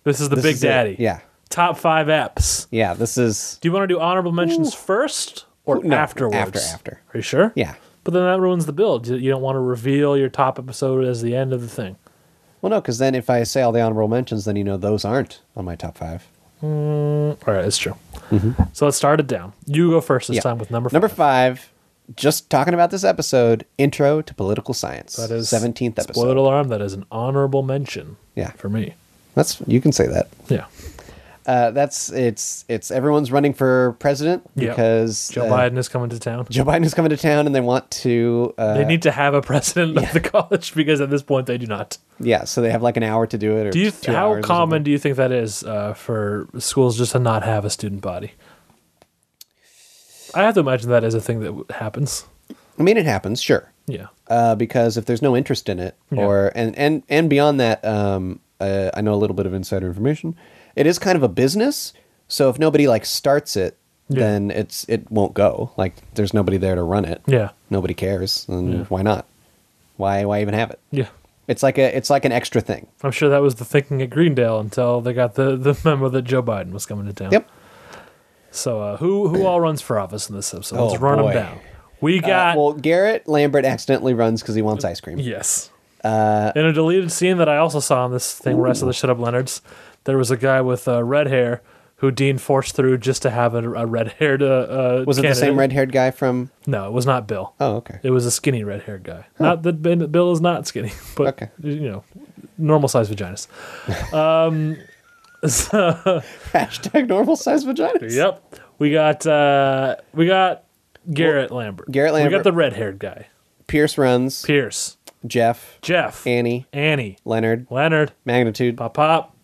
this is the
This
Big
is it.
Daddy.
Yeah,
Top five apps.
yeah. This is
Do you want to do honorable mentions first or
No,
afterwards?
after, after.
Are you sure?
yeah.
But then that ruins the build. You, you don't want to reveal your top episode as the end of the thing.
Well, no, because then if I say all the honorable mentions, then you know those aren't on my top five.
All right, it's true. So let's start it down. You go first
Mm-hmm.
this
Yeah.
time with number five.
Number five, just talking about this episode, intro to political science.
That is
seventeenth episode.
Spoiler alarm. That is an honorable mention.
Yeah.
For me.
That's you can say that.
Yeah.
Uh, that's it's it's everyone's running for president
Yeah.
because
Joe
uh,
Biden is coming to town.
Joe Biden is coming to town and they want to uh,
They need to have a president of the college because at this point they do not.
yeah so they have like an hour to do it or
Do you
two
how
hours or
common
something.
do you think that is uh, for schools just to not have a student body? I have to imagine that is a thing that w- happens.
I mean it happens sure
Yeah,
uh, because if there's no interest in it
Yeah.
or and and and beyond that um, uh, I know a little bit of insider information it is kind of a business so if nobody like starts it
Yeah.
then it's it won't go like there's nobody there to run it
yeah,
nobody cares and
Yeah.
why not why why even have it
yeah.
it's like a it's like an extra thing
I'm sure that was the thinking at Greendale until they got the, the memo that Joe Biden was coming to town.
yep.
So uh, who who all runs for office in this episode? Let's
Oh,
run
boy.
them down. We
Uh,
got
well, Garrett Lambert accidentally runs because he wants ice cream.
Yes.
Uh,
In a deleted scene that I also saw on this thing where I saw the Shut Up Leonards, there was a guy with uh, red hair who Dean forced through just to have a, a red haired. Uh, uh,
Was it the
candidate.
same red haired guy from?
No, it was not Bill.
Oh, okay.
It was a skinny red haired guy. Not that Ben- Bill is not skinny, but
Okay.
you know, normal sized vaginas. Um, so-
Hashtag normal size vaginas.
yep. We got uh, we got Garrett Lambert.
Garrett
We got
Lambert-
the red haired guy.
Pierce runs.
Pierce.
Jeff,
Jeff.
Annie,
Annie.
Leonard,
Leonard.
Magnitude.
Pop pop.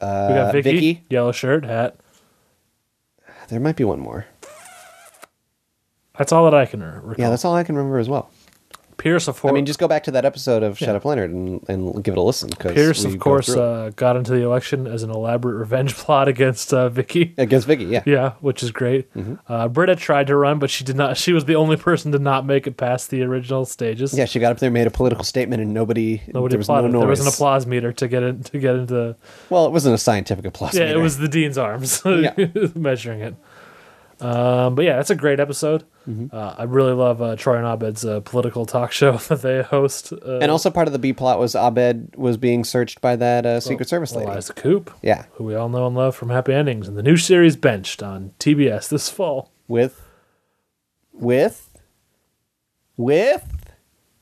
we got Vicky,
Uh, Vicky.
yellow shirt, hat.
There might be one more.
That's all that I can re- recall.
Yeah, that's all I can remember as well.
Pierce, of course.
I mean, just go back to that episode of Shut Up Leonard and, and give it a listen. 'cause
Pierce,
we
of
go
course,
through it.
uh, got into the election as an elaborate revenge plot against uh, Vicky.
against Vicky. Yeah. Mm-hmm.
Yeah, which is great. Uh, Britta tried to run, but she did not. She was the only person to not make it past the original stages.
Yeah, she got up there, made a political statement, and nobody,
Nobody
there was
applauded.
no noise.
there was an applause meter to get in, to get into.
Well, it wasn't a scientific applause.
Yeah,
either.
it was the dean's arms
Yeah.
measuring it. Um, but yeah, that's a great episode.
Mm-hmm.
Uh, I really love uh, Troy and Abed's uh, political talk show that they host. Uh,
And also part of the B plot was Abed was being searched by that uh, Secret Service lady.
Eliza Coop,
Yeah,
who we all know and love from Happy Endings, and the new series Benched on TBS this fall.
with with with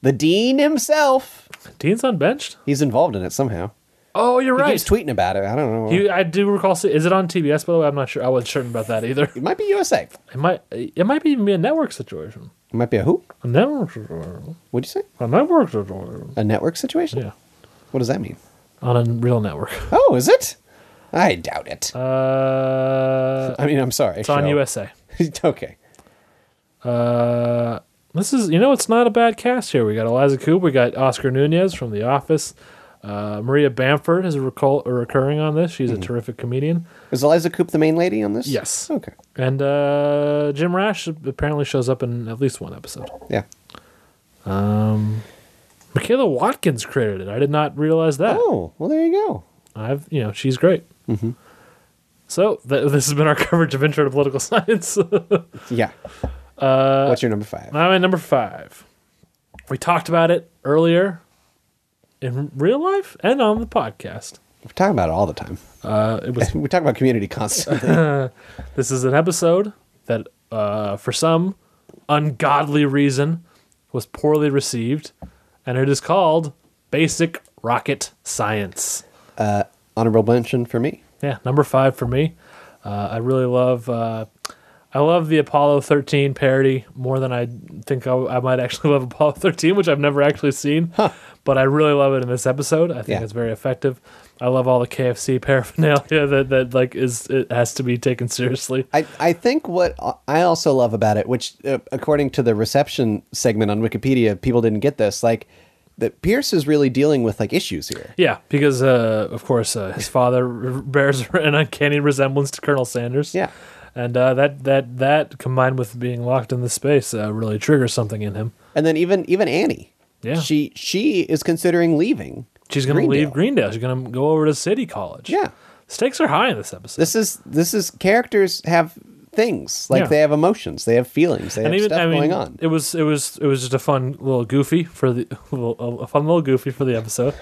the dean himself.
Dean's unbenched.
He's involved in it somehow.
Oh, you're
He
right.
keeps tweeting about it. I don't know.
He, I do recall. see- Is it on TBS? By the way, I'm not sure. I wasn't certain about that either.
it might be USA.
It might. It might even be a network situation.
It might be a who?
A network situation.
What'd you say?
A network situation.
A network situation?
Yeah,
What does that mean?
on a real network.
Oh, is it? I doubt it.
Uh,
I mean, I'm sorry.
it's on
show.
USA.
okay.
Uh, this is you know it's not a bad cast here. We got Eliza Coop, we got Oscar Nunez from The Office. Uh, Maria Bamford is recall, recurring on this.
Hmm.
She's a terrific comedian.
Is Eliza Coop the main lady on this?
Yes.
Okay.
And uh, Jim Rash apparently shows up in at least one episode.
Yeah.
Michaela Watkins credited. I did not realize that.
Oh, well, there you go.
I've you know she's great. Mm-hmm. So th- this has been our coverage of Intro to Political Science.
Yeah. Uh, What's your number five?
I'm at number five. We talked about it earlier in real life and on the podcast.
We're talking about it all the time.
Uh, it was
we talk about community constantly.
this is an episode that uh, for some ungodly reason was poorly received, and it is called Basic Rocket Science.
Honorable mention for me.
yeah, number five for me. Uh, I really love. Uh, I love the Apollo 13 parody more than I think I, I might actually love Apollo 13, which I've never actually seen. But I really love it in this episode. I think
Yeah.
it's very effective. I love all the KFC paraphernalia that, that like is it has to be taken seriously.
I, I think what I also love about it, which uh, according to the reception segment on Wikipedia, people didn't get this. Like, that Pierce is really dealing with like issues here.
Yeah, because uh, of course uh, his father r- bears an uncanny resemblance to Colonel Sanders.
Yeah.
and uh, that that that combined with being locked in this space uh, really triggers something in him.
And then even even Annie,
Yeah.
she she is considering leaving.
She's going to
Greendale.
leave Greendale. She's going to go over to City College.
Yeah,
Stakes are high in this episode.
this is this is characters have things like
Yeah.
they have emotions, they have feelings, they have stuff going on.
it was it was it was just a fun little goofy for the a fun little goofy for the episode.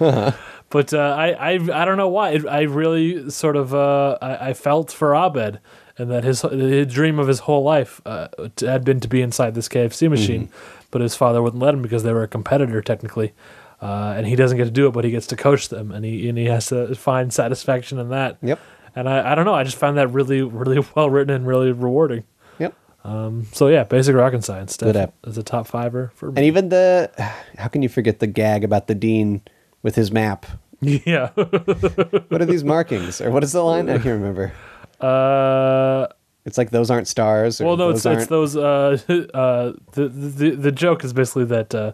but uh, I, I I don't know why it, I really sort of uh, I, I felt for Abed and that his, his dream of his whole life uh, t- had been to be inside this
Mm-hmm.
KFC machine, but his father wouldn't let him because they were a competitor technically. Uh, and he doesn't get to do it, but he gets to coach them, and he and he has to find satisfaction in that.
Yep.
And I, I don't know. I just found that really, really well written and really rewarding.
Yep.
So yeah, basic rocket science stuff
Good app.
is a top fiver for
And
me.
even the how can you forget the gag about the dean with his map?
yeah.
What are these markings or what is the line? I can't remember.
Uh,
It's like those aren't stars. Or
well, no, it's
those
it's
aren't-
those. Uh, uh, the, the the joke is basically that uh,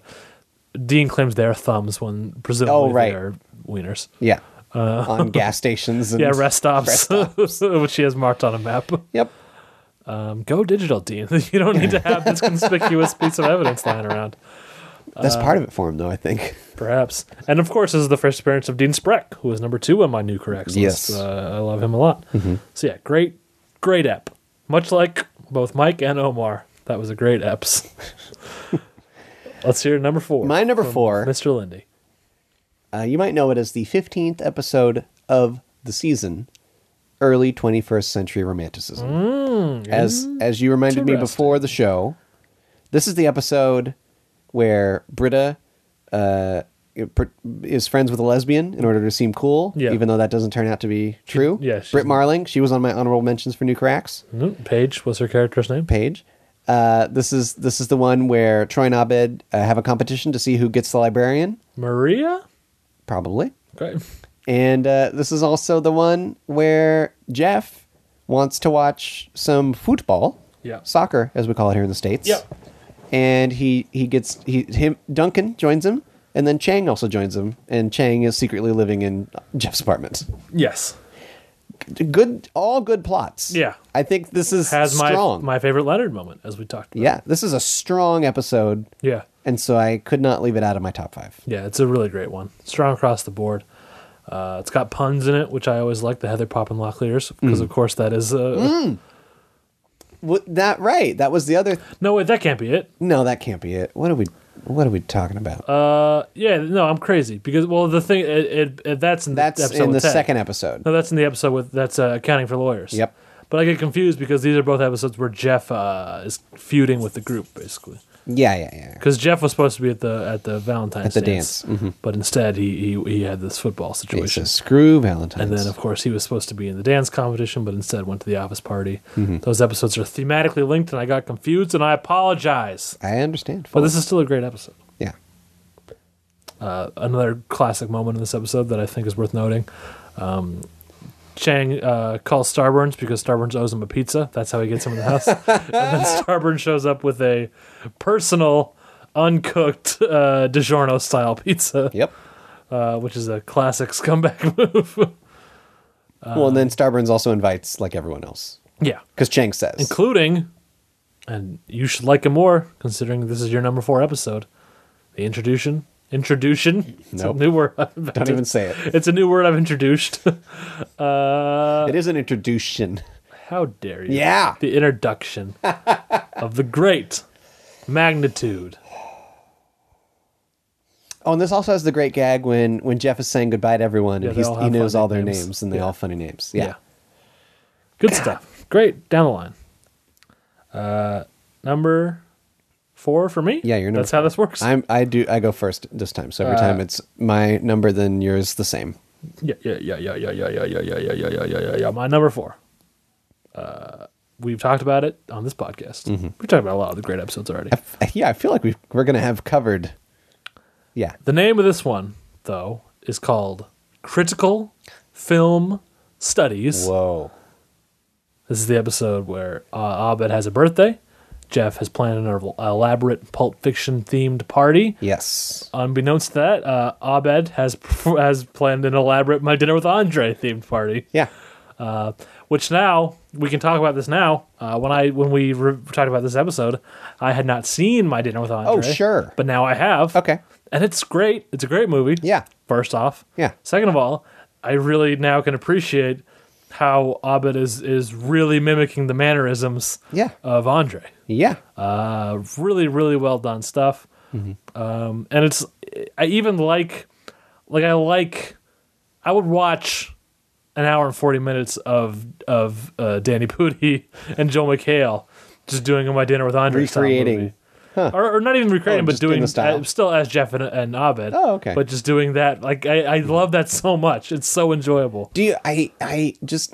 Dean claims they're thumbs when presumably
Oh, right.
they are wieners.
yeah on gas stations. And,
Uh, Yeah, rest stops, which he has marked on a map.
Yep.
Um, go digital, Dean. You don't need to have this conspicuous piece of evidence lying around.
That's
Uh,
part of it for him, though. I think.
Perhaps. And of course, this is the first appearance of Dean Spreck, who is number two on my new corrects
Yes. Mm-hmm.
list. Uh, I love him a lot. So yeah, great, great ep. Much like both Mike and Omar, that was a great eps. Let's hear number four.
My number
from
four.
Mr. Lindy.
Uh, you might know it as the 15th episode of the season, early 21st century romanticism.
Mm,
as as you reminded me before the show, this is the episode where Britta uh, is friends with a lesbian in order to seem cool,
Yeah.
even though that doesn't turn out to be true.
yeah, she's-
Britt Marling, she was on my honorable mentions for New Cracks
Mm, Paige was her character's name.
page. Uh, this is this is the one where Troy and Abed uh, have a competition to see who gets the librarian,
Maria.
probably.
Okay.
And uh, this is also the one where Jeff wants to watch some football,
Yeah.
soccer as we call it here in the states.
Yep.
And he he gets he him Duncan joins him, and then Chang also joins him, and Chang is secretly living in Jeff's apartment.
Yes.
Good, all good plots.
Yeah.
I think this is
Has my
strong.
my favorite Leonard moment, as we talked about.
yeah, this is a strong episode,
Yeah.
and so I could not leave it out of my top five.
Yeah, it's a really great one. Strong across the board. Uh, it's got puns in it, which I always like. The Heather Poppin Locklears,
Mm.
because of course that is. Uh,
What, that right? That was the other.
No, wait, that can't be it.
No, that can't be it. What are we? What are we talking about?
Uh, yeah, no, I'm crazy because well, the thing it, it, it that's in
That's
the episode
in the
with Ted.
second episode.
No, that's in the episode with that's uh, accounting for lawyers.
Yep.
But I get confused because these are both episodes where Jeff uh, is feuding with the group, basically.
Yeah, yeah, yeah.
because Jeff was supposed to be at the at the Valentine's
At the dance, mm-hmm.
but instead he, he he had this football
It
situation.
says screw Valentine's.
And then, of course, he was supposed to be in the dance competition, but instead went to the office party.
Mm-hmm.
Those episodes are thematically linked, and I got confused, and I apologize.
I understand.
But this is still a great episode.
yeah.
Another classic moment in this episode that I think is worth noting. Um, Chang uh, calls Starburns because Starburns owes him a pizza. That's how he gets him in the house. and then Starburns shows up with a personal, uncooked uh, DiGiorno style pizza,
Yep.
uh, which is a classic scumbag move.
well,
Uh,
and then Starburns also invites like everyone else
yeah.
because Chang says
including, and you should like it more considering this is your number four episode. The introduction, introduction. It's
Nope.
a new word. I've invented.
Don't even say it.
It's a new word I've introduced. uh,
it is an introduction.
how dare you?
Yeah.
The introduction of the great magnitude.
Oh, and this also has the great gag when when Jeff is saying goodbye to everyone
Yeah,
and
they
he's,
all
he
have
knows
funny
all their
names.
names, and they
Yeah.
all funny names. Yeah.
Good stuff. Great down the line. Uh, number four for me.
Yeah, you're number
That's how this works.
I'm I do I go first this time.
Uh,
So every time it's my number then yours the same.
yeah, yeah, yeah, yeah, yeah, yeah, yeah, yeah, yeah, yeah, yeah, yeah, yeah, yeah, yeah. My number four. Uh, we've talked about it on this podcast.
Mm-hmm.
We've talked about a lot of the great episodes already.
Yeah, I feel like we we're going to have covered Yeah.
The name of this one, though, is called Critical Film Studies.
Whoa.
This is the episode where uh, Abed has a birthday. Jeff has planned an elaborate Pulp Fiction themed party.
Yes.
Unbeknownst to that, uh, Abed has has planned an elaborate My Dinner with Andre themed party.
Yeah.
uh, which now we can talk about this now. Uh, when I when we re- talked about this episode, I had not seen my dinner with Andre.
Oh, sure.
but now I have.
Okay.
and it's great. It's a great movie.
Yeah.
First off,
Yeah.
Second of all, I really now can appreciate how Abed is is really mimicking the mannerisms
Yeah.
of Andre.
Yeah.
Uh, really, really well done stuff.
Mm-hmm.
Um, and it's I even like like I like I would watch an hour and forty minutes of of uh, Danny Pudi and Joe McHale just doing my dinner with Andre style
Recreating.
movie. Or, or not even recreating,
Oh,
but
just doing
doing
the style.
uh, still as Jeff and, and Abed.
Oh, okay.
But just doing that, like I, I love that so much. It's so enjoyable.
Do you? I I just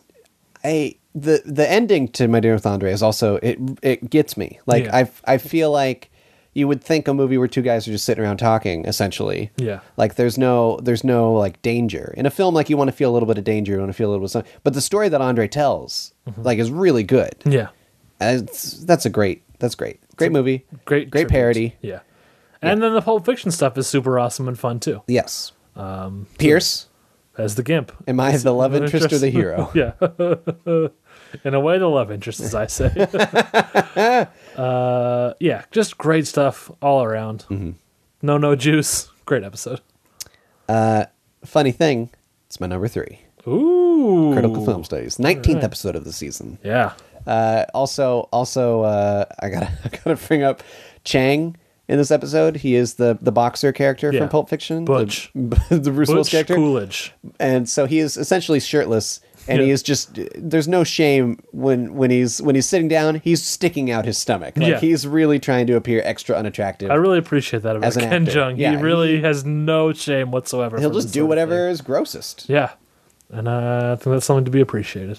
I the the ending to My Dinner with Andre is also it it gets me. Like
Yeah.
I I feel like you would think a movie where two guys are just sitting around talking essentially.
Yeah.
Like there's no there's no like danger in a film. Like you want to feel a little bit of danger, you want to feel a little bit of something. But the story that Andre tells
Mm-hmm.
like is really good.
Yeah.
Uh, It's, that's a great that's great great movie
Great.
great
tribute.
parody.
Yeah. And then the Pulp Fiction stuff is super awesome and fun too.
Yes. Um, Pierce,
As the Gimp.
am I the love interest or the hero?
yeah. In a way, the love interest, as I say. uh, yeah, just great stuff all around.
Mm-hmm.
No, no juice. Great episode.
Funny thing, it's my number three.
Ooh.
Critical Film Studies, nineteenth episode of the season.
Yeah.
Uh, also, also, uh, I gotta, I gotta bring up Chang in this episode. He is the the boxer character
Yeah.
from Pulp Fiction, the-
Butch.
the, Bruce Willis
Butch
character,
Coolidge.
and so he is essentially shirtless. And he
Yeah.
is just there's no shame when when he's when he's sitting down he's sticking out his stomach like
Yeah.
he's really trying to appear extra unattractive
I really appreciate that about
As an
Ken
actor.
Jeong.
Yeah,
he really has no shame whatsoever.
he'll
for
just
this
do
sort of
whatever is grossest
Yeah, and uh, I think that's something to be appreciated.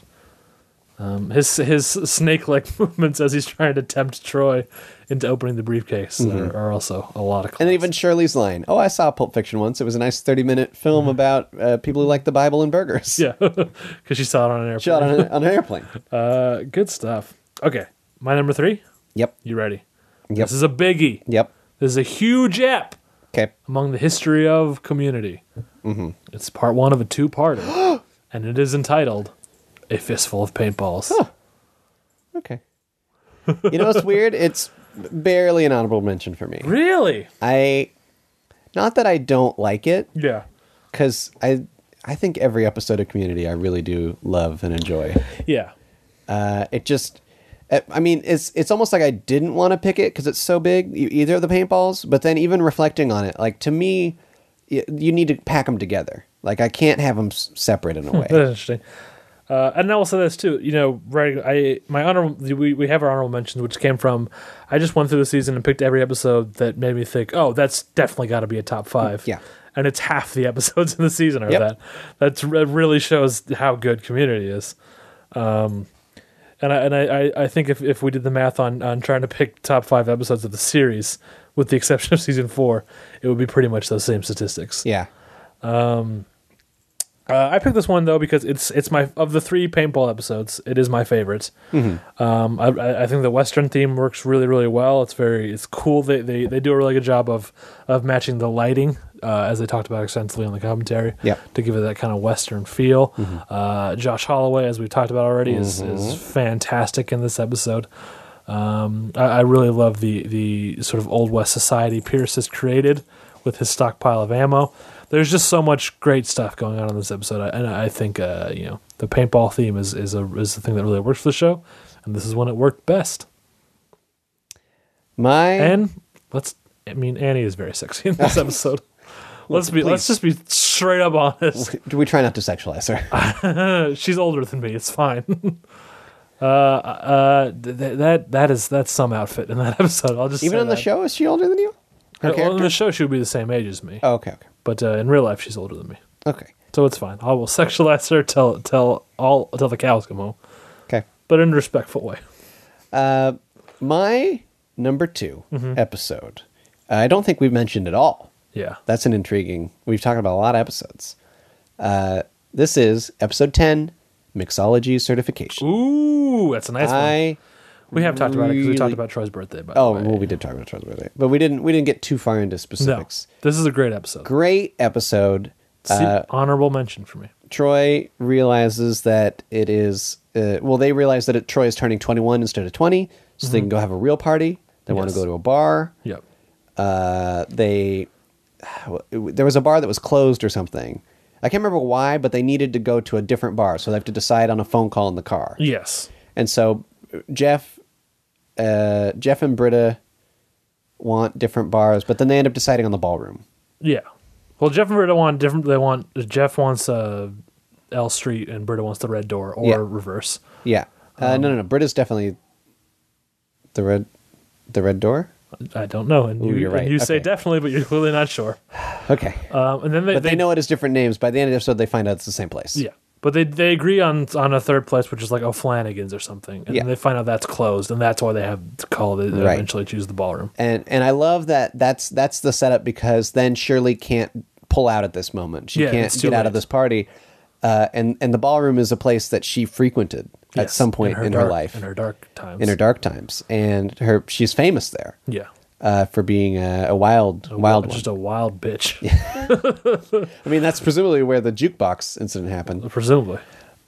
Um, his his snake like movements as he's trying to tempt Troy into opening the briefcase are, are also a lot of. Class.
Mm-hmm. And then even Shirley's line. Oh, I saw Pulp Fiction once. It was a nice 30 minute film
Mm-hmm.
about uh, people who like the Bible and burgers.
yeah, because she saw it on an airplane.
Shot on, an- on an airplane.
Uh, good stuff. Okay, my number three.
Yep.
You ready?
Yep.
This is a biggie.
Yep.
This is a huge app
Okay.
among the history of community.
Mm-hmm.
It's part one of a two parter, and it is entitled "A Fistful of Paintballs."
Okay. You know what's weird? It's barely an honorable mention for me.
Really?
I, not that I don't like it,
Yeah.
because I, I think every episode of Community I really do love and enjoy.
Yeah.
Uh, it just, I- I mean, it's it's almost like I didn't want to pick it because it's so big. e- Either of the paintballs, but then even reflecting on it, like to me, y- you need to pack them together. Like I can't have them separate in a way.
That's interesting. Uh, and I will say this too. You know, writing I my honor we, we have our honorable mentions, which came from I just went through the season and picked every episode that made me think, oh, that's definitely got to be a top five.
Mm, Yeah.
and it's half the episodes in the season are
Yep.
that. That's that really shows how good Community is. Um, and I and I, I, I think if, if we did the math on on trying to pick top five episodes of the series, with the exception of season four, it would be pretty much those same statistics.
Yeah.
Uh, I picked this one though because it's it's my of the three paintball episodes, it is my favorite. Um, I- I, I think the Western theme works really really well. It's very it's cool. They they, they do a really good job of of matching the lighting uh, as they talked about extensively on the commentary.
Yep.
to give it that kind of Western feel. Uh, Josh Holloway, as we've talked about already, is is fantastic in this episode. Um, I, I really love the the sort of old west society Pierce has created with his stockpile of ammo. There's just so much great stuff going on in this episode, I- and I think uh, you know the paintball theme is is a is the thing that really works for the show, and this is when it worked best.
My
And let's, I mean, Annie is very sexy in this episode. Let's be let's just be straight up honest.
do we try not to sexualize her?
She's older than me. It's fine. uh, uh, th- th- that that is that's some outfit in that episode. I'll just
Even
say
on the
that.
show, is she older than you? Her
Uh, well, in
character?
the show, she would be the same age as me,
oh, okay, okay,
but uh, in real life, she's older than me,
okay,
so it's fine. I will sexualize her till till all till the cows come home,
okay.
but in a respectful way.
My number 2
Mm-hmm.
episode. I don't think we've mentioned at all.
Yeah,
That's an intriguing. We've talked about a lot of episodes. Uh, this is episode ten, mixology certification.
ooh, that's a nice one.
I
We have talked about it because we talked
really-
about Troy's birthday. By
oh
the way.
well, we did talk about Charles Birthday, but we didn't we didn't get too far into
no,
specifics.
this is a great episode.
Great episode.
See,
uh,
honorable mention for me.
Troy realizes that it is. Uh, well, they realize that it, Troy is turning twenty one instead of twenty, so they can go have a real party. They want to
Yes.
go to a bar.
Yep.
uh, they there was a bar that was closed or something. I can't remember why, but they needed to go to a different bar, so they have to decide on a phone call in the car.
Yes.
And so Jeff, uh, Jeff and Britta want different bars, but then they end up deciding on the ballroom.
Yeah. Well, Jeff and Britta want different. They want Jeff wants uh, L Street and Britta wants the Red Door or
Yeah.
reverse.
Yeah, uh, no, no, no. Britta's definitely the red, the red door.
I don't know, and you,
Ooh, you're
and
right.
you say
Okay.
definitely, but you're clearly not sure.
Okay,
Um, and then they,
but they, know it is different names. By the end of the episode, they find out it's the same place.
Yeah, but they they agree on on a third place, which is like O'Flanagan's or something, and
Yeah.
then they find out that's closed, and that's why they have to call. They they
Right.
eventually choose the ballroom.
and and I love that that's that's the setup because then Shirley can't pull out at this moment. She
Yeah,
can't
it's
get
too
out of
late.
this party, uh, and and the ballroom is a place that she frequented at
Yes,
some point in her,
dark-
life
in her dark times,
in her dark times, and her she's famous there
yeah,
uh, for being a, a wild wild one.
just a wild bitch,
I mean, that's presumably where the jukebox incident happened.
presumably.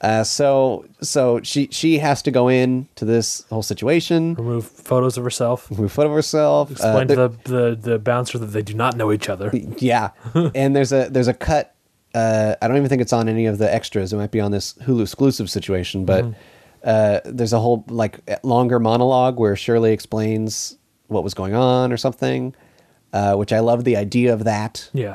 Uh, so so she she has to go in to this whole situation.
Remove photos of herself.
Move foot of herself. uh,
Explain
there-
to the, the the bouncer that they do not know each other.
Yeah, and there's a there's a cut. Uh, I don't even think it's on any of the extras. It might be on this Hulu exclusive situation, but
Mm-hmm.
uh, there's a whole like longer monologue where Shirley explains what was going on or something, uh, which I love the idea of that.
Yeah.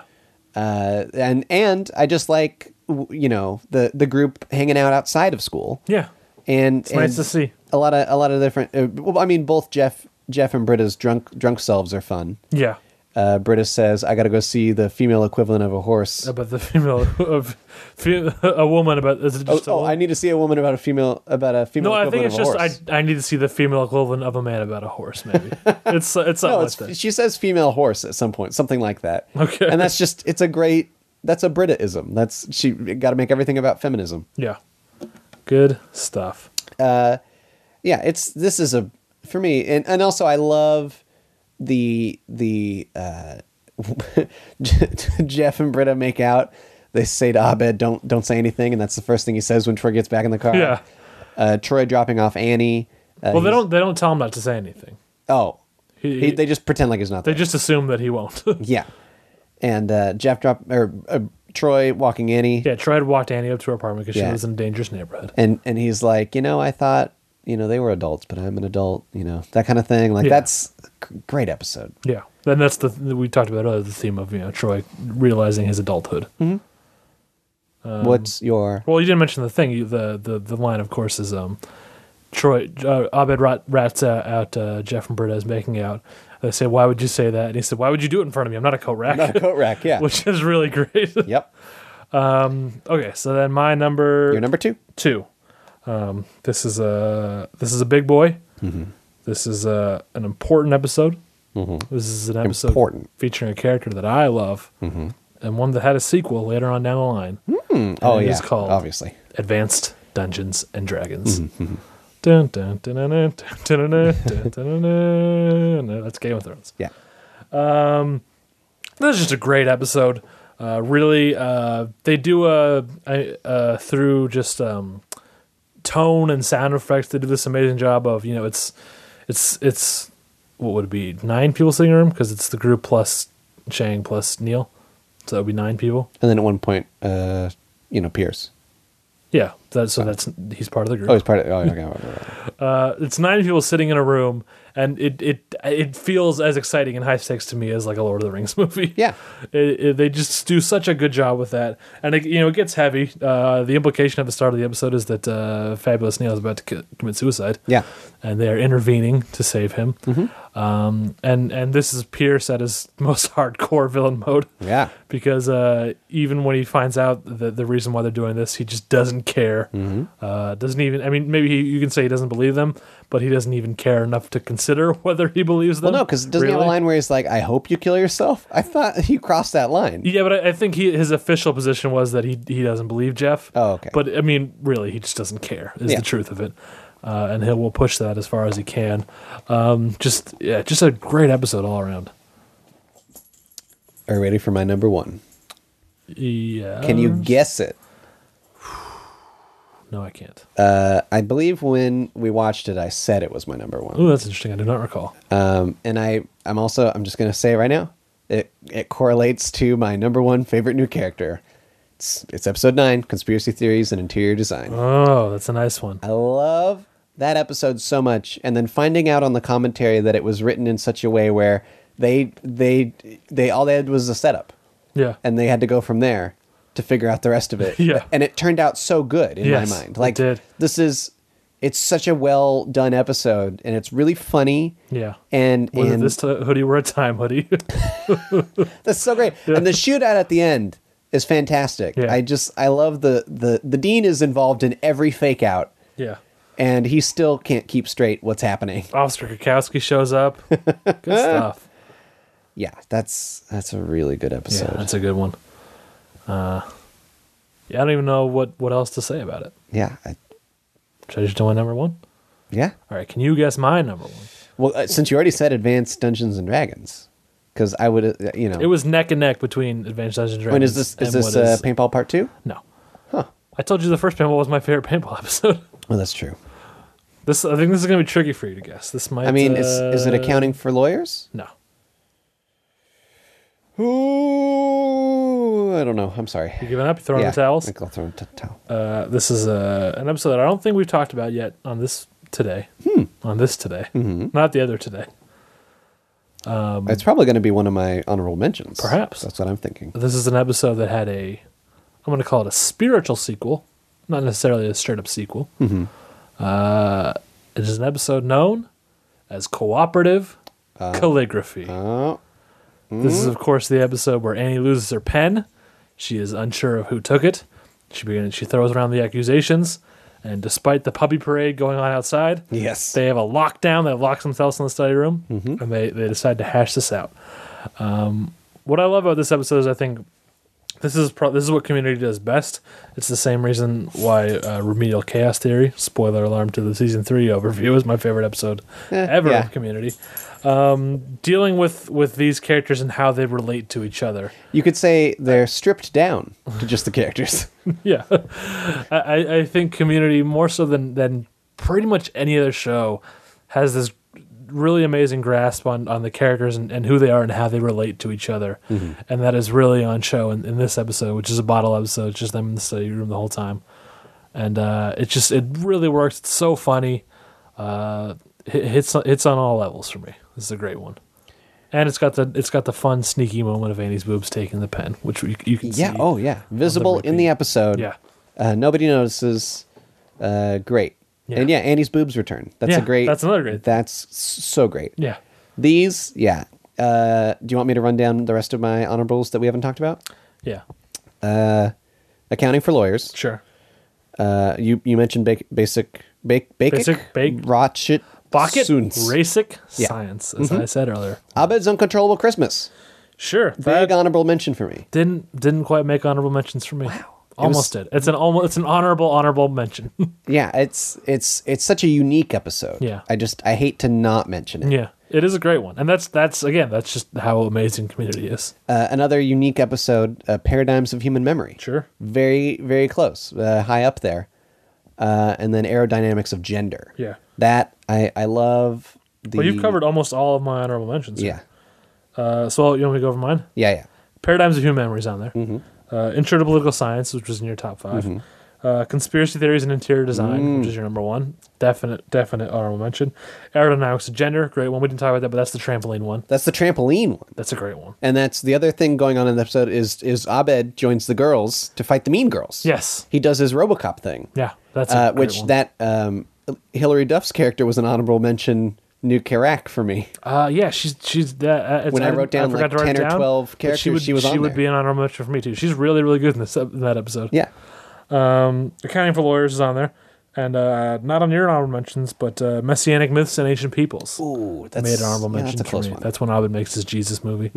Uh, and and I just like w- you know the the group hanging out outside of school.
Yeah.
and
It's nice
and
to see.
a lot of a lot of different. Uh, well, I mean, both Jeff Jeff and Britta's drunk drunk selves are fun.
Yeah.
Uh, Britta says, "I got to go see the female equivalent of a horse."
About the female of fe- a woman about is it
Oh,
just a
oh,
woman?
I need to see a woman about a female about a female.
no, I think
equivalent of
it's
a
just I,
horse.
I need to see the female equivalent of a man about a horse. Maybe it's it's something
No,
like
it's,
that.
she says female horse at some point, something like that.
Okay.
and that's just it's a great that's a Britaism. That's she got to make everything about feminism.
Yeah, good stuff.
Yeah, it's this is a for me, and and also I love the the uh, Jeff and Britta make out. They say to Abed, "Don't don't say anything," and that's the first thing he says when Troy gets back in the car.
Yeah.
uh, Troy dropping off Annie. Uh,
Well, they
he's-
don't they don't tell him not to say anything.
Oh,
He-
he, they just pretend like he's not
They
there.
just assume that he won't.
yeah, and uh, Jeff drop or uh, Troy walking Annie,
yeah, Troy had walked Annie up to her apartment because she
Yeah.
lives in a dangerous neighborhood.
and and he's like, you know, I thought you know they were adults, but I'm an adult, you know, that kind of thing. Like
Yeah.
that's a g- great episode.
Yeah, and Mm-hmm. that's the we talked about earlier the theme of you know Troy realizing his adulthood.
What's your
Um, Well, you didn't mention the thing. You, the, the the line, of course, is um, Troy uh, Abed rat, rats out, out uh, Jeff and Burdez making out. They say, "Why would you say that?" And he said, "Why would you do it in front of me? I'm not a coat rack."
not a coat rack? Yeah.
Which is really great.
yep.
okay, so then my number,
Your number two.
two. Um, this is a this is a big boy. This is a an important episode. This is an episode
Important.
featuring a character that I love, and one that had a sequel later on down the line.
Oh
it
yeah.
is called-
Obviously.
Advanced Dungeons and Dragons. Dun, dun, dun, dun, dun, dun, dun, dun, dun, dun, dun, dun. That's Game of Thrones.
Yeah.
This is just a great episode. Uh, really, uh, they do a, a, uh through just um, tone and sound effects. They do this amazing job of you know it's it's it's what would it be nine people sitting in a room because it's the group plus Chang plus Neil, so it would be nine people.
And then at one point, uh, you know, Pierce.
Yeah, that, so that's he's part of the group.
Oh, he's part of. Oh, okay. right, right, right.
uh, it's nine people sitting in a room, and it it it feels as exciting and high stakes to me as like a Lord of the Rings movie.
Yeah.
It- it- they just do such a good job with that, and it, you know it gets heavy. Uh, the implication at the start of the episode is that uh, Fabulous Neil is about to co- commit suicide.
Yeah. Mm-hmm.
and they are intervening to save him. Um, and and this is Pierce at his most hardcore villain mode
Yeah.
because uh, even when he finds out the the reason why they're doing this, he just doesn't care.
Mm-hmm.
Uh, doesn't even. I mean, maybe he, you can say he doesn't believe them, but he doesn't even care enough to consider whether he believes them.
Well, no, because doesn't he have a
really.
line where he's like, "I hope you kill yourself"? I thought you crossed that line.
Yeah, but I, I think he, his official position was that he he doesn't believe Jeff.
Oh, okay.
But I mean, really, he just doesn't care. Is
Yeah.
the truth of it, uh, and he will push that as far as he can. Um, just yeah, just a great episode all around.
Are you ready for my number one?
Yeah.
Can you guess it?
No, I can't.
Uh, I believe when we watched it, I said it was my number one.
oh, that's interesting. I do not recall.
Um, and I, I'm also, I'm just gonna say it right now. It it correlates to my number one favorite new character. It's it's episode nine, conspiracy theories and interior design.
Oh, that's a nice one.
I love that episode so much, and then finding out on the commentary that it was written in such a way where they they they all they had was a setup,
Yeah.
and they had to go from there to figure out the rest of it.
Yeah.
and it turned out so good in
Yes,
my mind.
it
Like
did.
this is, it's such a well done episode, and it's really funny.
Yeah.
And,
Whether
and
this t- hoodie were a time hoodie.
That's so great. And the shootout at the end is fantastic.
Yeah.
I just I love the the the dean is involved in every fake out
yeah.
and he still can't keep straight what's happening.
Officer Kukowski shows up. Good stuff.
Yeah, that's that's a really good
Yeah,
episode. Yeah,
that's a good one. Uh, yeah, I don't even know what, what else to say about it.
I,
Should I just do my number one?
yeah.
All right, can you guess my number one?
Well, uh, since you already said Advanced Dungeons and Dragons cuz I would uh, you know
It was neck and neck between Advanced Dungeons and
I mean,
Dragons.
is this is
and
this
what
uh, paintball part 2?
No. Huh. I told you the first paintball was my favorite paintball episode.
Well, that's true.
This I think this is going to be tricky for you to guess. This might.
I mean, is is it
uh,
accounting for lawyers?
No.
Ooh, I don't know. I'm sorry.
You giving up? You throwing
yeah,
the towels?
I think I'll throw in the towel.
Uh, this is uh, an episode that I don't think we've talked about yet on this today. On this today, not the other today.
It's probably going to be one of my honorable mentions.
Perhaps.
That's what I'm thinking.
This is an episode that had a, I'm going to call it a spiritual sequel, not necessarily a straight up sequel. Uh, it is an episode known as cooperative calligraphy.
Oh,
This is, of course, the episode where Annie loses her pen. She is unsure of who took it. She begins. She throws around the accusations, and despite the puppy parade going on outside,
Yes. Mm-hmm.
they have a lockdown. They lock themselves in the study room, and they they decide to hash this out. Um, what I love about this episode is I think this is pro- this is what Community does best. It's the same reason why uh, Remedial Chaos Theory (spoiler alarm to the season three overview) is my favorite episode ever
Eh, yeah.
of Community Um, dealing with with these characters and how they relate to each other.
you could say they're stripped down to just the characters.
Yeah, I- I, I think Community more so than than pretty much any other show has this really amazing grasp on on the characters and, and who they are and how they relate to each other,
Mm-hmm.
and that is really on show in, in this episode, which is a bottle episode. It's just them in the study room the whole time, and uh, it just it really works. It's so funny. Uh, it hits hits on all levels for me. This is a great one. and it's got the it's got the fun sneaky moment of Annie's boobs taking the pen, which you, you can
Yeah.
see.
Oh, yeah. Visible in the
repeat.
episode.
yeah,
Uh, nobody notices. Uh, great.
Yeah.
And yeah, Andy's boobs return. That's
Yeah,
a great.
that's another great-
That's s- so great.
yeah.
These, yeah. Uh, do you want me to run down the rest of my honorables that we haven't talked about?
Yeah,
Accounting for lawyers.
sure.
Uh, you you mentioned ba- basic bake basic
Basic bake-
Rotchit
Pocket
Soons.
Rasic
Yeah. Mm-hmm.
Science, as I said earlier.
Abed's uncontrollable Christmas.
Sure,
Big
that
honorable mention for me.
didn't didn't quite make honorable mentions for me. Almost did. It's an almost it's an honorable honorable mention.
Yeah, it's it's it's such a unique episode.
Yeah.
I just I hate to not mention it.
yeah, it is a great one, and that's that's again that's just how amazing community is.
Uh, another unique episode, uh, Paradigms of Human Memory.
Sure.
Very, very close, uh, high up there. Uh, and then Aerodynamics of Gender.
Yeah.
That, I, I love the.
Well, you've covered almost all of my honorable mentions.
Yeah.
Uh, so you want me to go over mine?
Yeah, yeah.
Paradigms of Human Memories on there.
Mm-hmm.
Uh, Intro to Political Science, which was in your top 5 Uh, Conspiracy Theories and Interior Design,
Mm.
which is your number one. Definite, definite honorable mention. Aerodynamics of Gender, great one. We didn't talk about that, but that's the trampoline one.
That's the trampoline one.
That's a great one.
And that's the other thing going on in the episode is is Abed joins the girls to fight the mean girls.
Yes.
He does his Robocop thing.
Yeah, that's a
Uh,
great
which
one.
that um, Hillary Duff's character was an honorable mention new Karak for me.
Uh, yeah, she's she's that. Uh,
When I wrote down,
forgot
like,
to write it
10 or
down,
12
but she
characters,
would,
she was on
would
there.
be an honorable mention for me too. She's really really good in this ep- in that episode.
Yeah.
Accounting for Lawyers is on there, and uh, not on your honorable mentions, but uh, Messianic Myths and Ancient Peoples.
Ooh, that's
made an honorable
yeah,
mention.
that's a
for
close
me.
one.
That's when Abed makes his Jesus movie.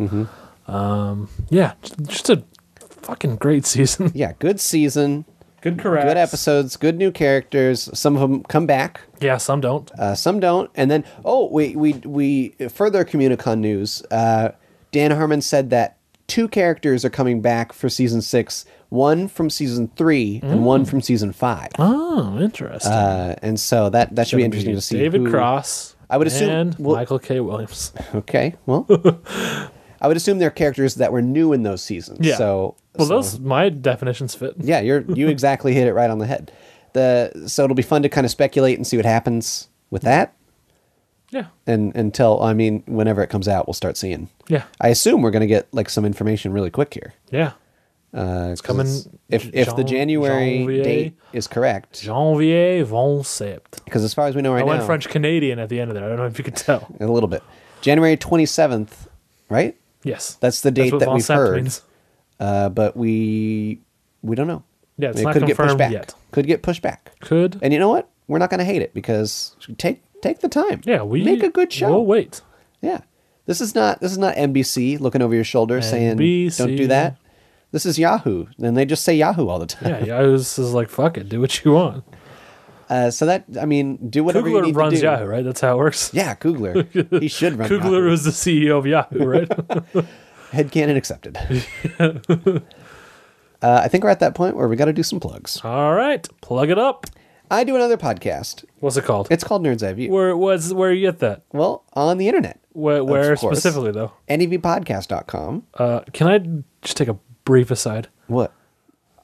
Um, yeah, j- just a fucking great season.
yeah, good season.
Good correct.
good episodes, good new characters. Some of them come back,
Yeah, some don't.
uh, some don't. And then, oh, we we we further Communicon news. Uh, Dan Harmon said that two characters are coming back for season six. One from season three and
Mm.
one from season five.
oh, interesting.
Uh, and so that that should be interesting to see.
David
who-
Cross.
I would assume-
and
well-
Michael K. Williams.
Okay, well, I would assume they're characters that were new in those seasons.
Yeah.
So
Well,
so-
those my definitions fit.
yeah, you're you exactly hit it right on the head. The so it'll be fun to kind of speculate and see what happens with that.
Yeah,
and until I mean, whenever it comes out, we'll start seeing.
yeah,
I assume we're going to get like some information really quick here.
yeah.
Uh, it's
coming
If
J-
if the
Jan-
January
Janvier.
date is correct,
Janvier von Sept.
because as far as we know
I,
right
went
now,
French Canadian at the end of that. I don't know if you could tell.
a little bit. January twenty seventh, right?
Yes,
That's the date
what
that
von
we've
Sept
heard. Uh, but we we don't know.
Yeah, it's
It
not
could get pushed
confirmed
back.
yet.
Could get pushed back.
Could
And you know what? We're not going to hate it because take take the time.
yeah, we
make a good show.
We'll wait.
Yeah. This is not this is not NBC looking over your shoulder saying don't do
NBC.
that. This is Yahoo, and they just say Yahoo all the time.
Yeah, yeah. I was, is like, fuck it, do what you want.
Uh, so that I mean, do whatever you
Kugler
need to
runs
do.
Yahoo, right? That's how it works.
Yeah, Kugler. he should run.
Kugler
Yahoo.
was the CEO of Yahoo, right?
headcanon accepted. uh, I think we're at that point where we got to do some plugs.
All right, plug it up.
I do another podcast.
What's it called?
It's called Nerds Eye View.
where was where you get that?
Well, on the internet, E
Where, where
course.
specifically though?
nevpodcast.com.
Uh, can I just take a brief aside?
What?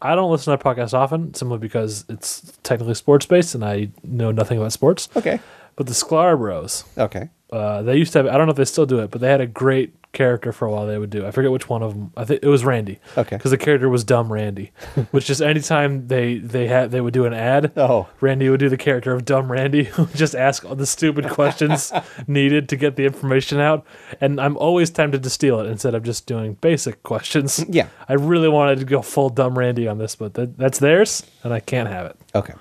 I don't listen to podcasts often, simply because it's technically sports based, and I know nothing about sports.
Okay.
But the Sklar Bros,
Okay.
uh, they used to have. I don't know if they still do it, but they had a great character for a while. They would do. I forget which one of them. I think it was Randy.
Okay.
Because the character was dumb Randy, which is anytime they they had they would do an ad.
Oh.
Randy would do the character of dumb Randy, who would just ask all the stupid questions needed to get the information out. And I'm always tempted to steal it instead of just doing basic questions.
Mm, Yeah.
I really wanted to go full dumb Randy on this, but that, that's theirs, and I can't have it.
Okay.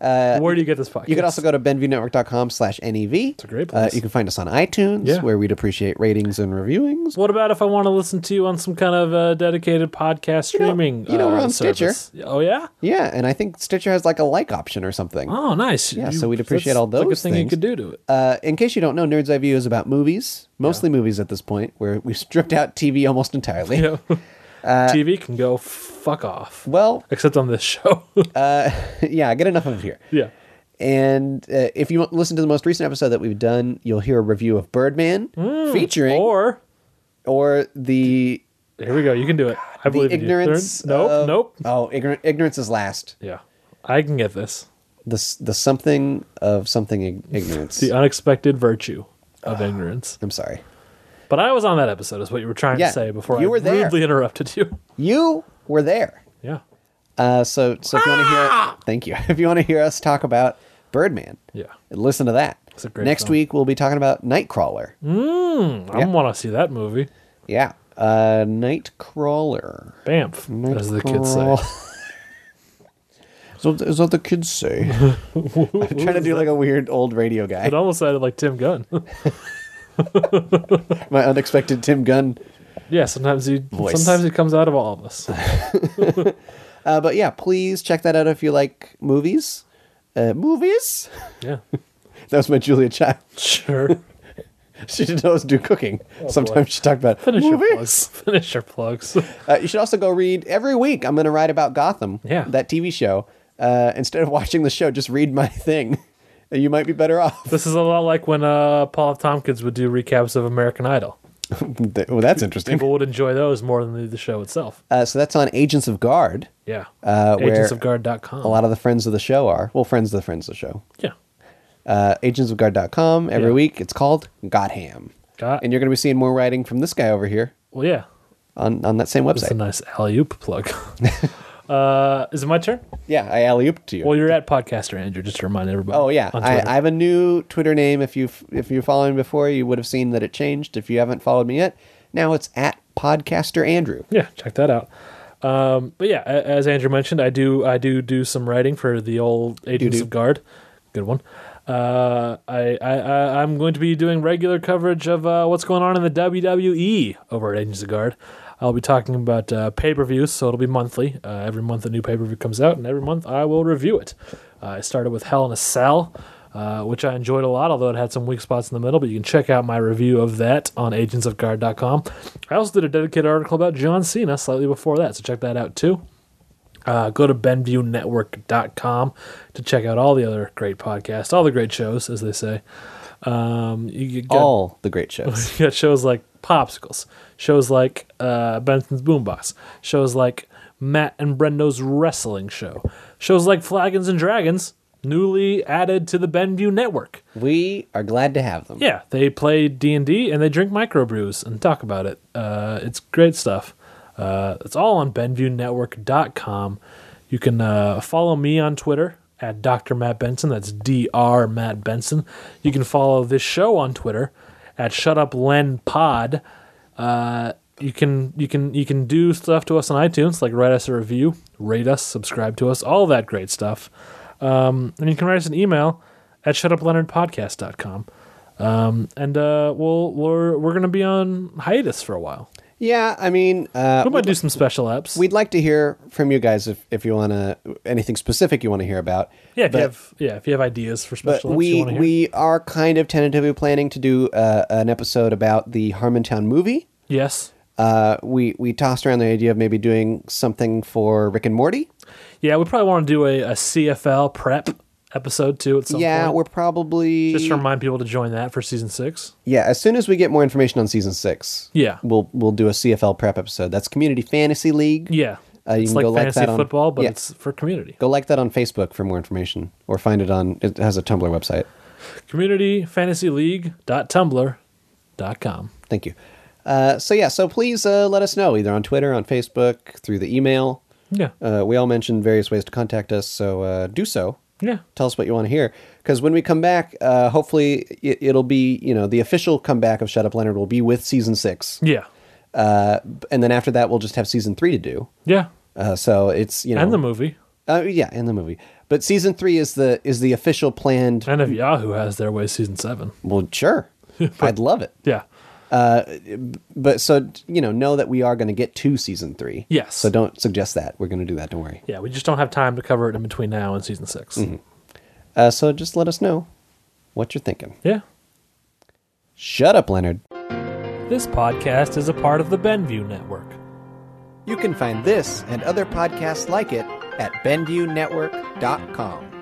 Where do you get this podcast?
Uh, You can also go to benviewnetwork.com slash NEV. It's
a great
Uh,
place.
you can find us on iTunes,
Yeah.
where we'd appreciate ratings and reviewings.
What about if I want to listen to you on some kind of uh, dedicated podcast
know-
streaming?
you know, we're
uh,
on Stitcher.
service? Oh yeah.
Yeah, and I think Stitcher has like a like option or something.
Oh nice.
Yeah, so we'd appreciate
that's
all
a good
those
thing you
things.
could do to it.
Uh, in case you don't know, Nerd's Eye View is about movies, mostly movies at this point, where we've stripped out TV almost entirely.
Yeah.
Uh,
TV can go fuck off.
Well,
Except on this show.
yeah, get enough of here.
yeah.
And uh, if you listen to the most recent episode that we've done, you'll hear a review of Birdman
Hmm.
featuring or,
Or
the,
here we go. You can do it. I
the
believe in you. There-
ignorance.
Nope.
of-
Nope.
Oh, ignorant, ignorance is last.
Yeah. I can get this.
The s- the
uh,
something of something ig- ignorance.
The unexpected virtue of ignorance.
I'm sorry.
But I was on that episode, is what you were trying
Yeah,
to say before
you
I
were there.
rudely interrupted you.
You were there.
Yeah.
Uh, so, so if you want to hear,
Ah!
thank you. If you want to hear us talk about Birdman,
Yeah.
listen to that.
It's a great Hmm?
Next
film.
week we'll be talking about Nightcrawler. Hmm,
I want to see that movie.
Yeah, uh, Nightcrawler.
Bamf, as the kids say.
Nightcrawler. Is what- is what the kids say. I'm trying to do like a weird old radio guy.
It almost sounded like Tim Gunn.
My unexpected Tim Gunn.
yeah, sometimes he
Voice.
sometimes he comes out of all of us.
Uh, but yeah, please check that out if you like movies. Uh, movies.
Yeah,
That was my Julia Child.
sure.
She didn't always do cooking. Sometimes she talked about
Oh, Finish your plugs.
movies.
Finish your plugs.
Uh, you should also go read every week. I'm going to write about Gotham.
Yeah.
that TV show. Uh, instead of watching the show, just read my thing. You might be better off.
this is a lot like when uh, Paul F. Tompkins would do recaps of American Idol.
well, oh, that's interesting.
People would enjoy those more than the, the show itself.
Uh, so that's on Agents of Guard.
Yeah.
Uh, where
Agentsofguard.com.
a lot of the friends of the show are. Well, friends of the friends of the show.
Yeah.
Uh, agentsofguard.com every
Yeah.
week. It's called Got Ham.
Got,
And you're going to be seeing more writing from this guy over here
well, yeah.
on, on that same
That's a
website.
nice alley oop plug. uh, is it my turn?
yeah, I alley ooped to you.
Well, you're at Podcaster Andrew, just to remind everybody.
oh, yeah.
on
I,
Twitter.
I have a new Twitter name. If you've, if you're following before, you would have seen that it changed. If you haven't followed me yet, now it's at Podcaster Andrew.
yeah check that out um, but yeah a- as andrew mentioned i do i do do some writing for the old agents of guard good one uh, I, I, I i'm going to be doing regular coverage of uh, what's going on in the wwe over at agents of guard i'll be talking about uh, pay-per-views so it'll be monthly uh, every month a new pay-per-view comes out and every month i will review it uh, i started with hell in a cell uh, which I enjoyed a lot, although it had some weak spots in the middle. But you can check out my review of that on agentsofguard.com. I also did a dedicated article about John Cena slightly before that, so check that out too. Uh, go to BenviewNetwork.com to check out all the other great podcasts, all the great shows, as they say. Um, you, you got,
All the great shows.
you got shows like Popsicles, shows like uh, Benson's Boombox, shows like Matt and Brendo's Wrestling Show, shows like Flagons and Dragons, newly added to the Benview Network.
we are glad to have them.
Yeah, they play D and D and they drink microbrews and talk about it. Uh, it's great stuff. Uh, it's all on BenviewNetwork.com. You can uh, follow me on Twitter at Dr. Matt Benson. That's Dr. Matt Benson. You can follow this show on Twitter at Shut Up Len Pod. Uh, you can you can you can do stuff to us on iTunes, like write us a review, rate us, subscribe to us, all that great stuff. Um, and you can write us an email at shutupleonardpodcast.com. Um, and uh, we'll we're we're gonna be on hiatus for a while.
Yeah, I mean, uh,
We might do some special apps.
We'd like to hear from you guys if, if you want to anything specific you want to hear about.
yeah, if
but,
you have yeah, if you have ideas for
but
special apps, you
we
want to hear.
we are kind of tentatively planning to do uh, an episode about the Harmontown movie.
yes,
Uh, we we tossed around the idea of maybe doing something for Rick and Morty.
yeah, we probably want to do a, a CFL prep episode too at some
yeah,
point.
we're probably
just to remind people to join that for season six.
yeah. As soon as we get more information on season six,
Yeah.
we'll we'll do a CFL prep episode. That's Community Fantasy League.
Yeah,
Uh, you
it's
can
like
go like
fantasy
that on-
football, but
yeah.
it's for community.
Go like that on Facebook for more information, or find it on. It has a Tumblr website.
communityfantasyleague.tumblr.com.
Thank you. Uh, so yeah, so please uh, let us know either on Twitter, on Facebook, through the email.
Yeah,
Uh, we all mentioned various ways to contact us, so uh, do so.
yeah,
Tell us what you want to hear, because when we come back, uh, hopefully it, it'll be you know the official comeback of Shut Up Leonard will be with season six,
yeah,
and then after that we'll just have season three to do.
yeah,
Uh, so it's you know
and the movie.
uh, yeah and the movie, but season three is the is the official planned.
And if Yahoo has their way, season seven.
Well, sure, I'd love it.
Yeah,
But so you know, know that we are going to get to season three.
Yes.
So don't suggest that. We're going to do that. Don't worry.
yeah. We just don't have time to cover it in between now and season 6
Uh, so just let us know what you're thinking.
Yeah.
Shut up, Leonard.
This podcast is a part of the Benview Network.
You can find this and other podcasts like it at BenviewNetwork.com.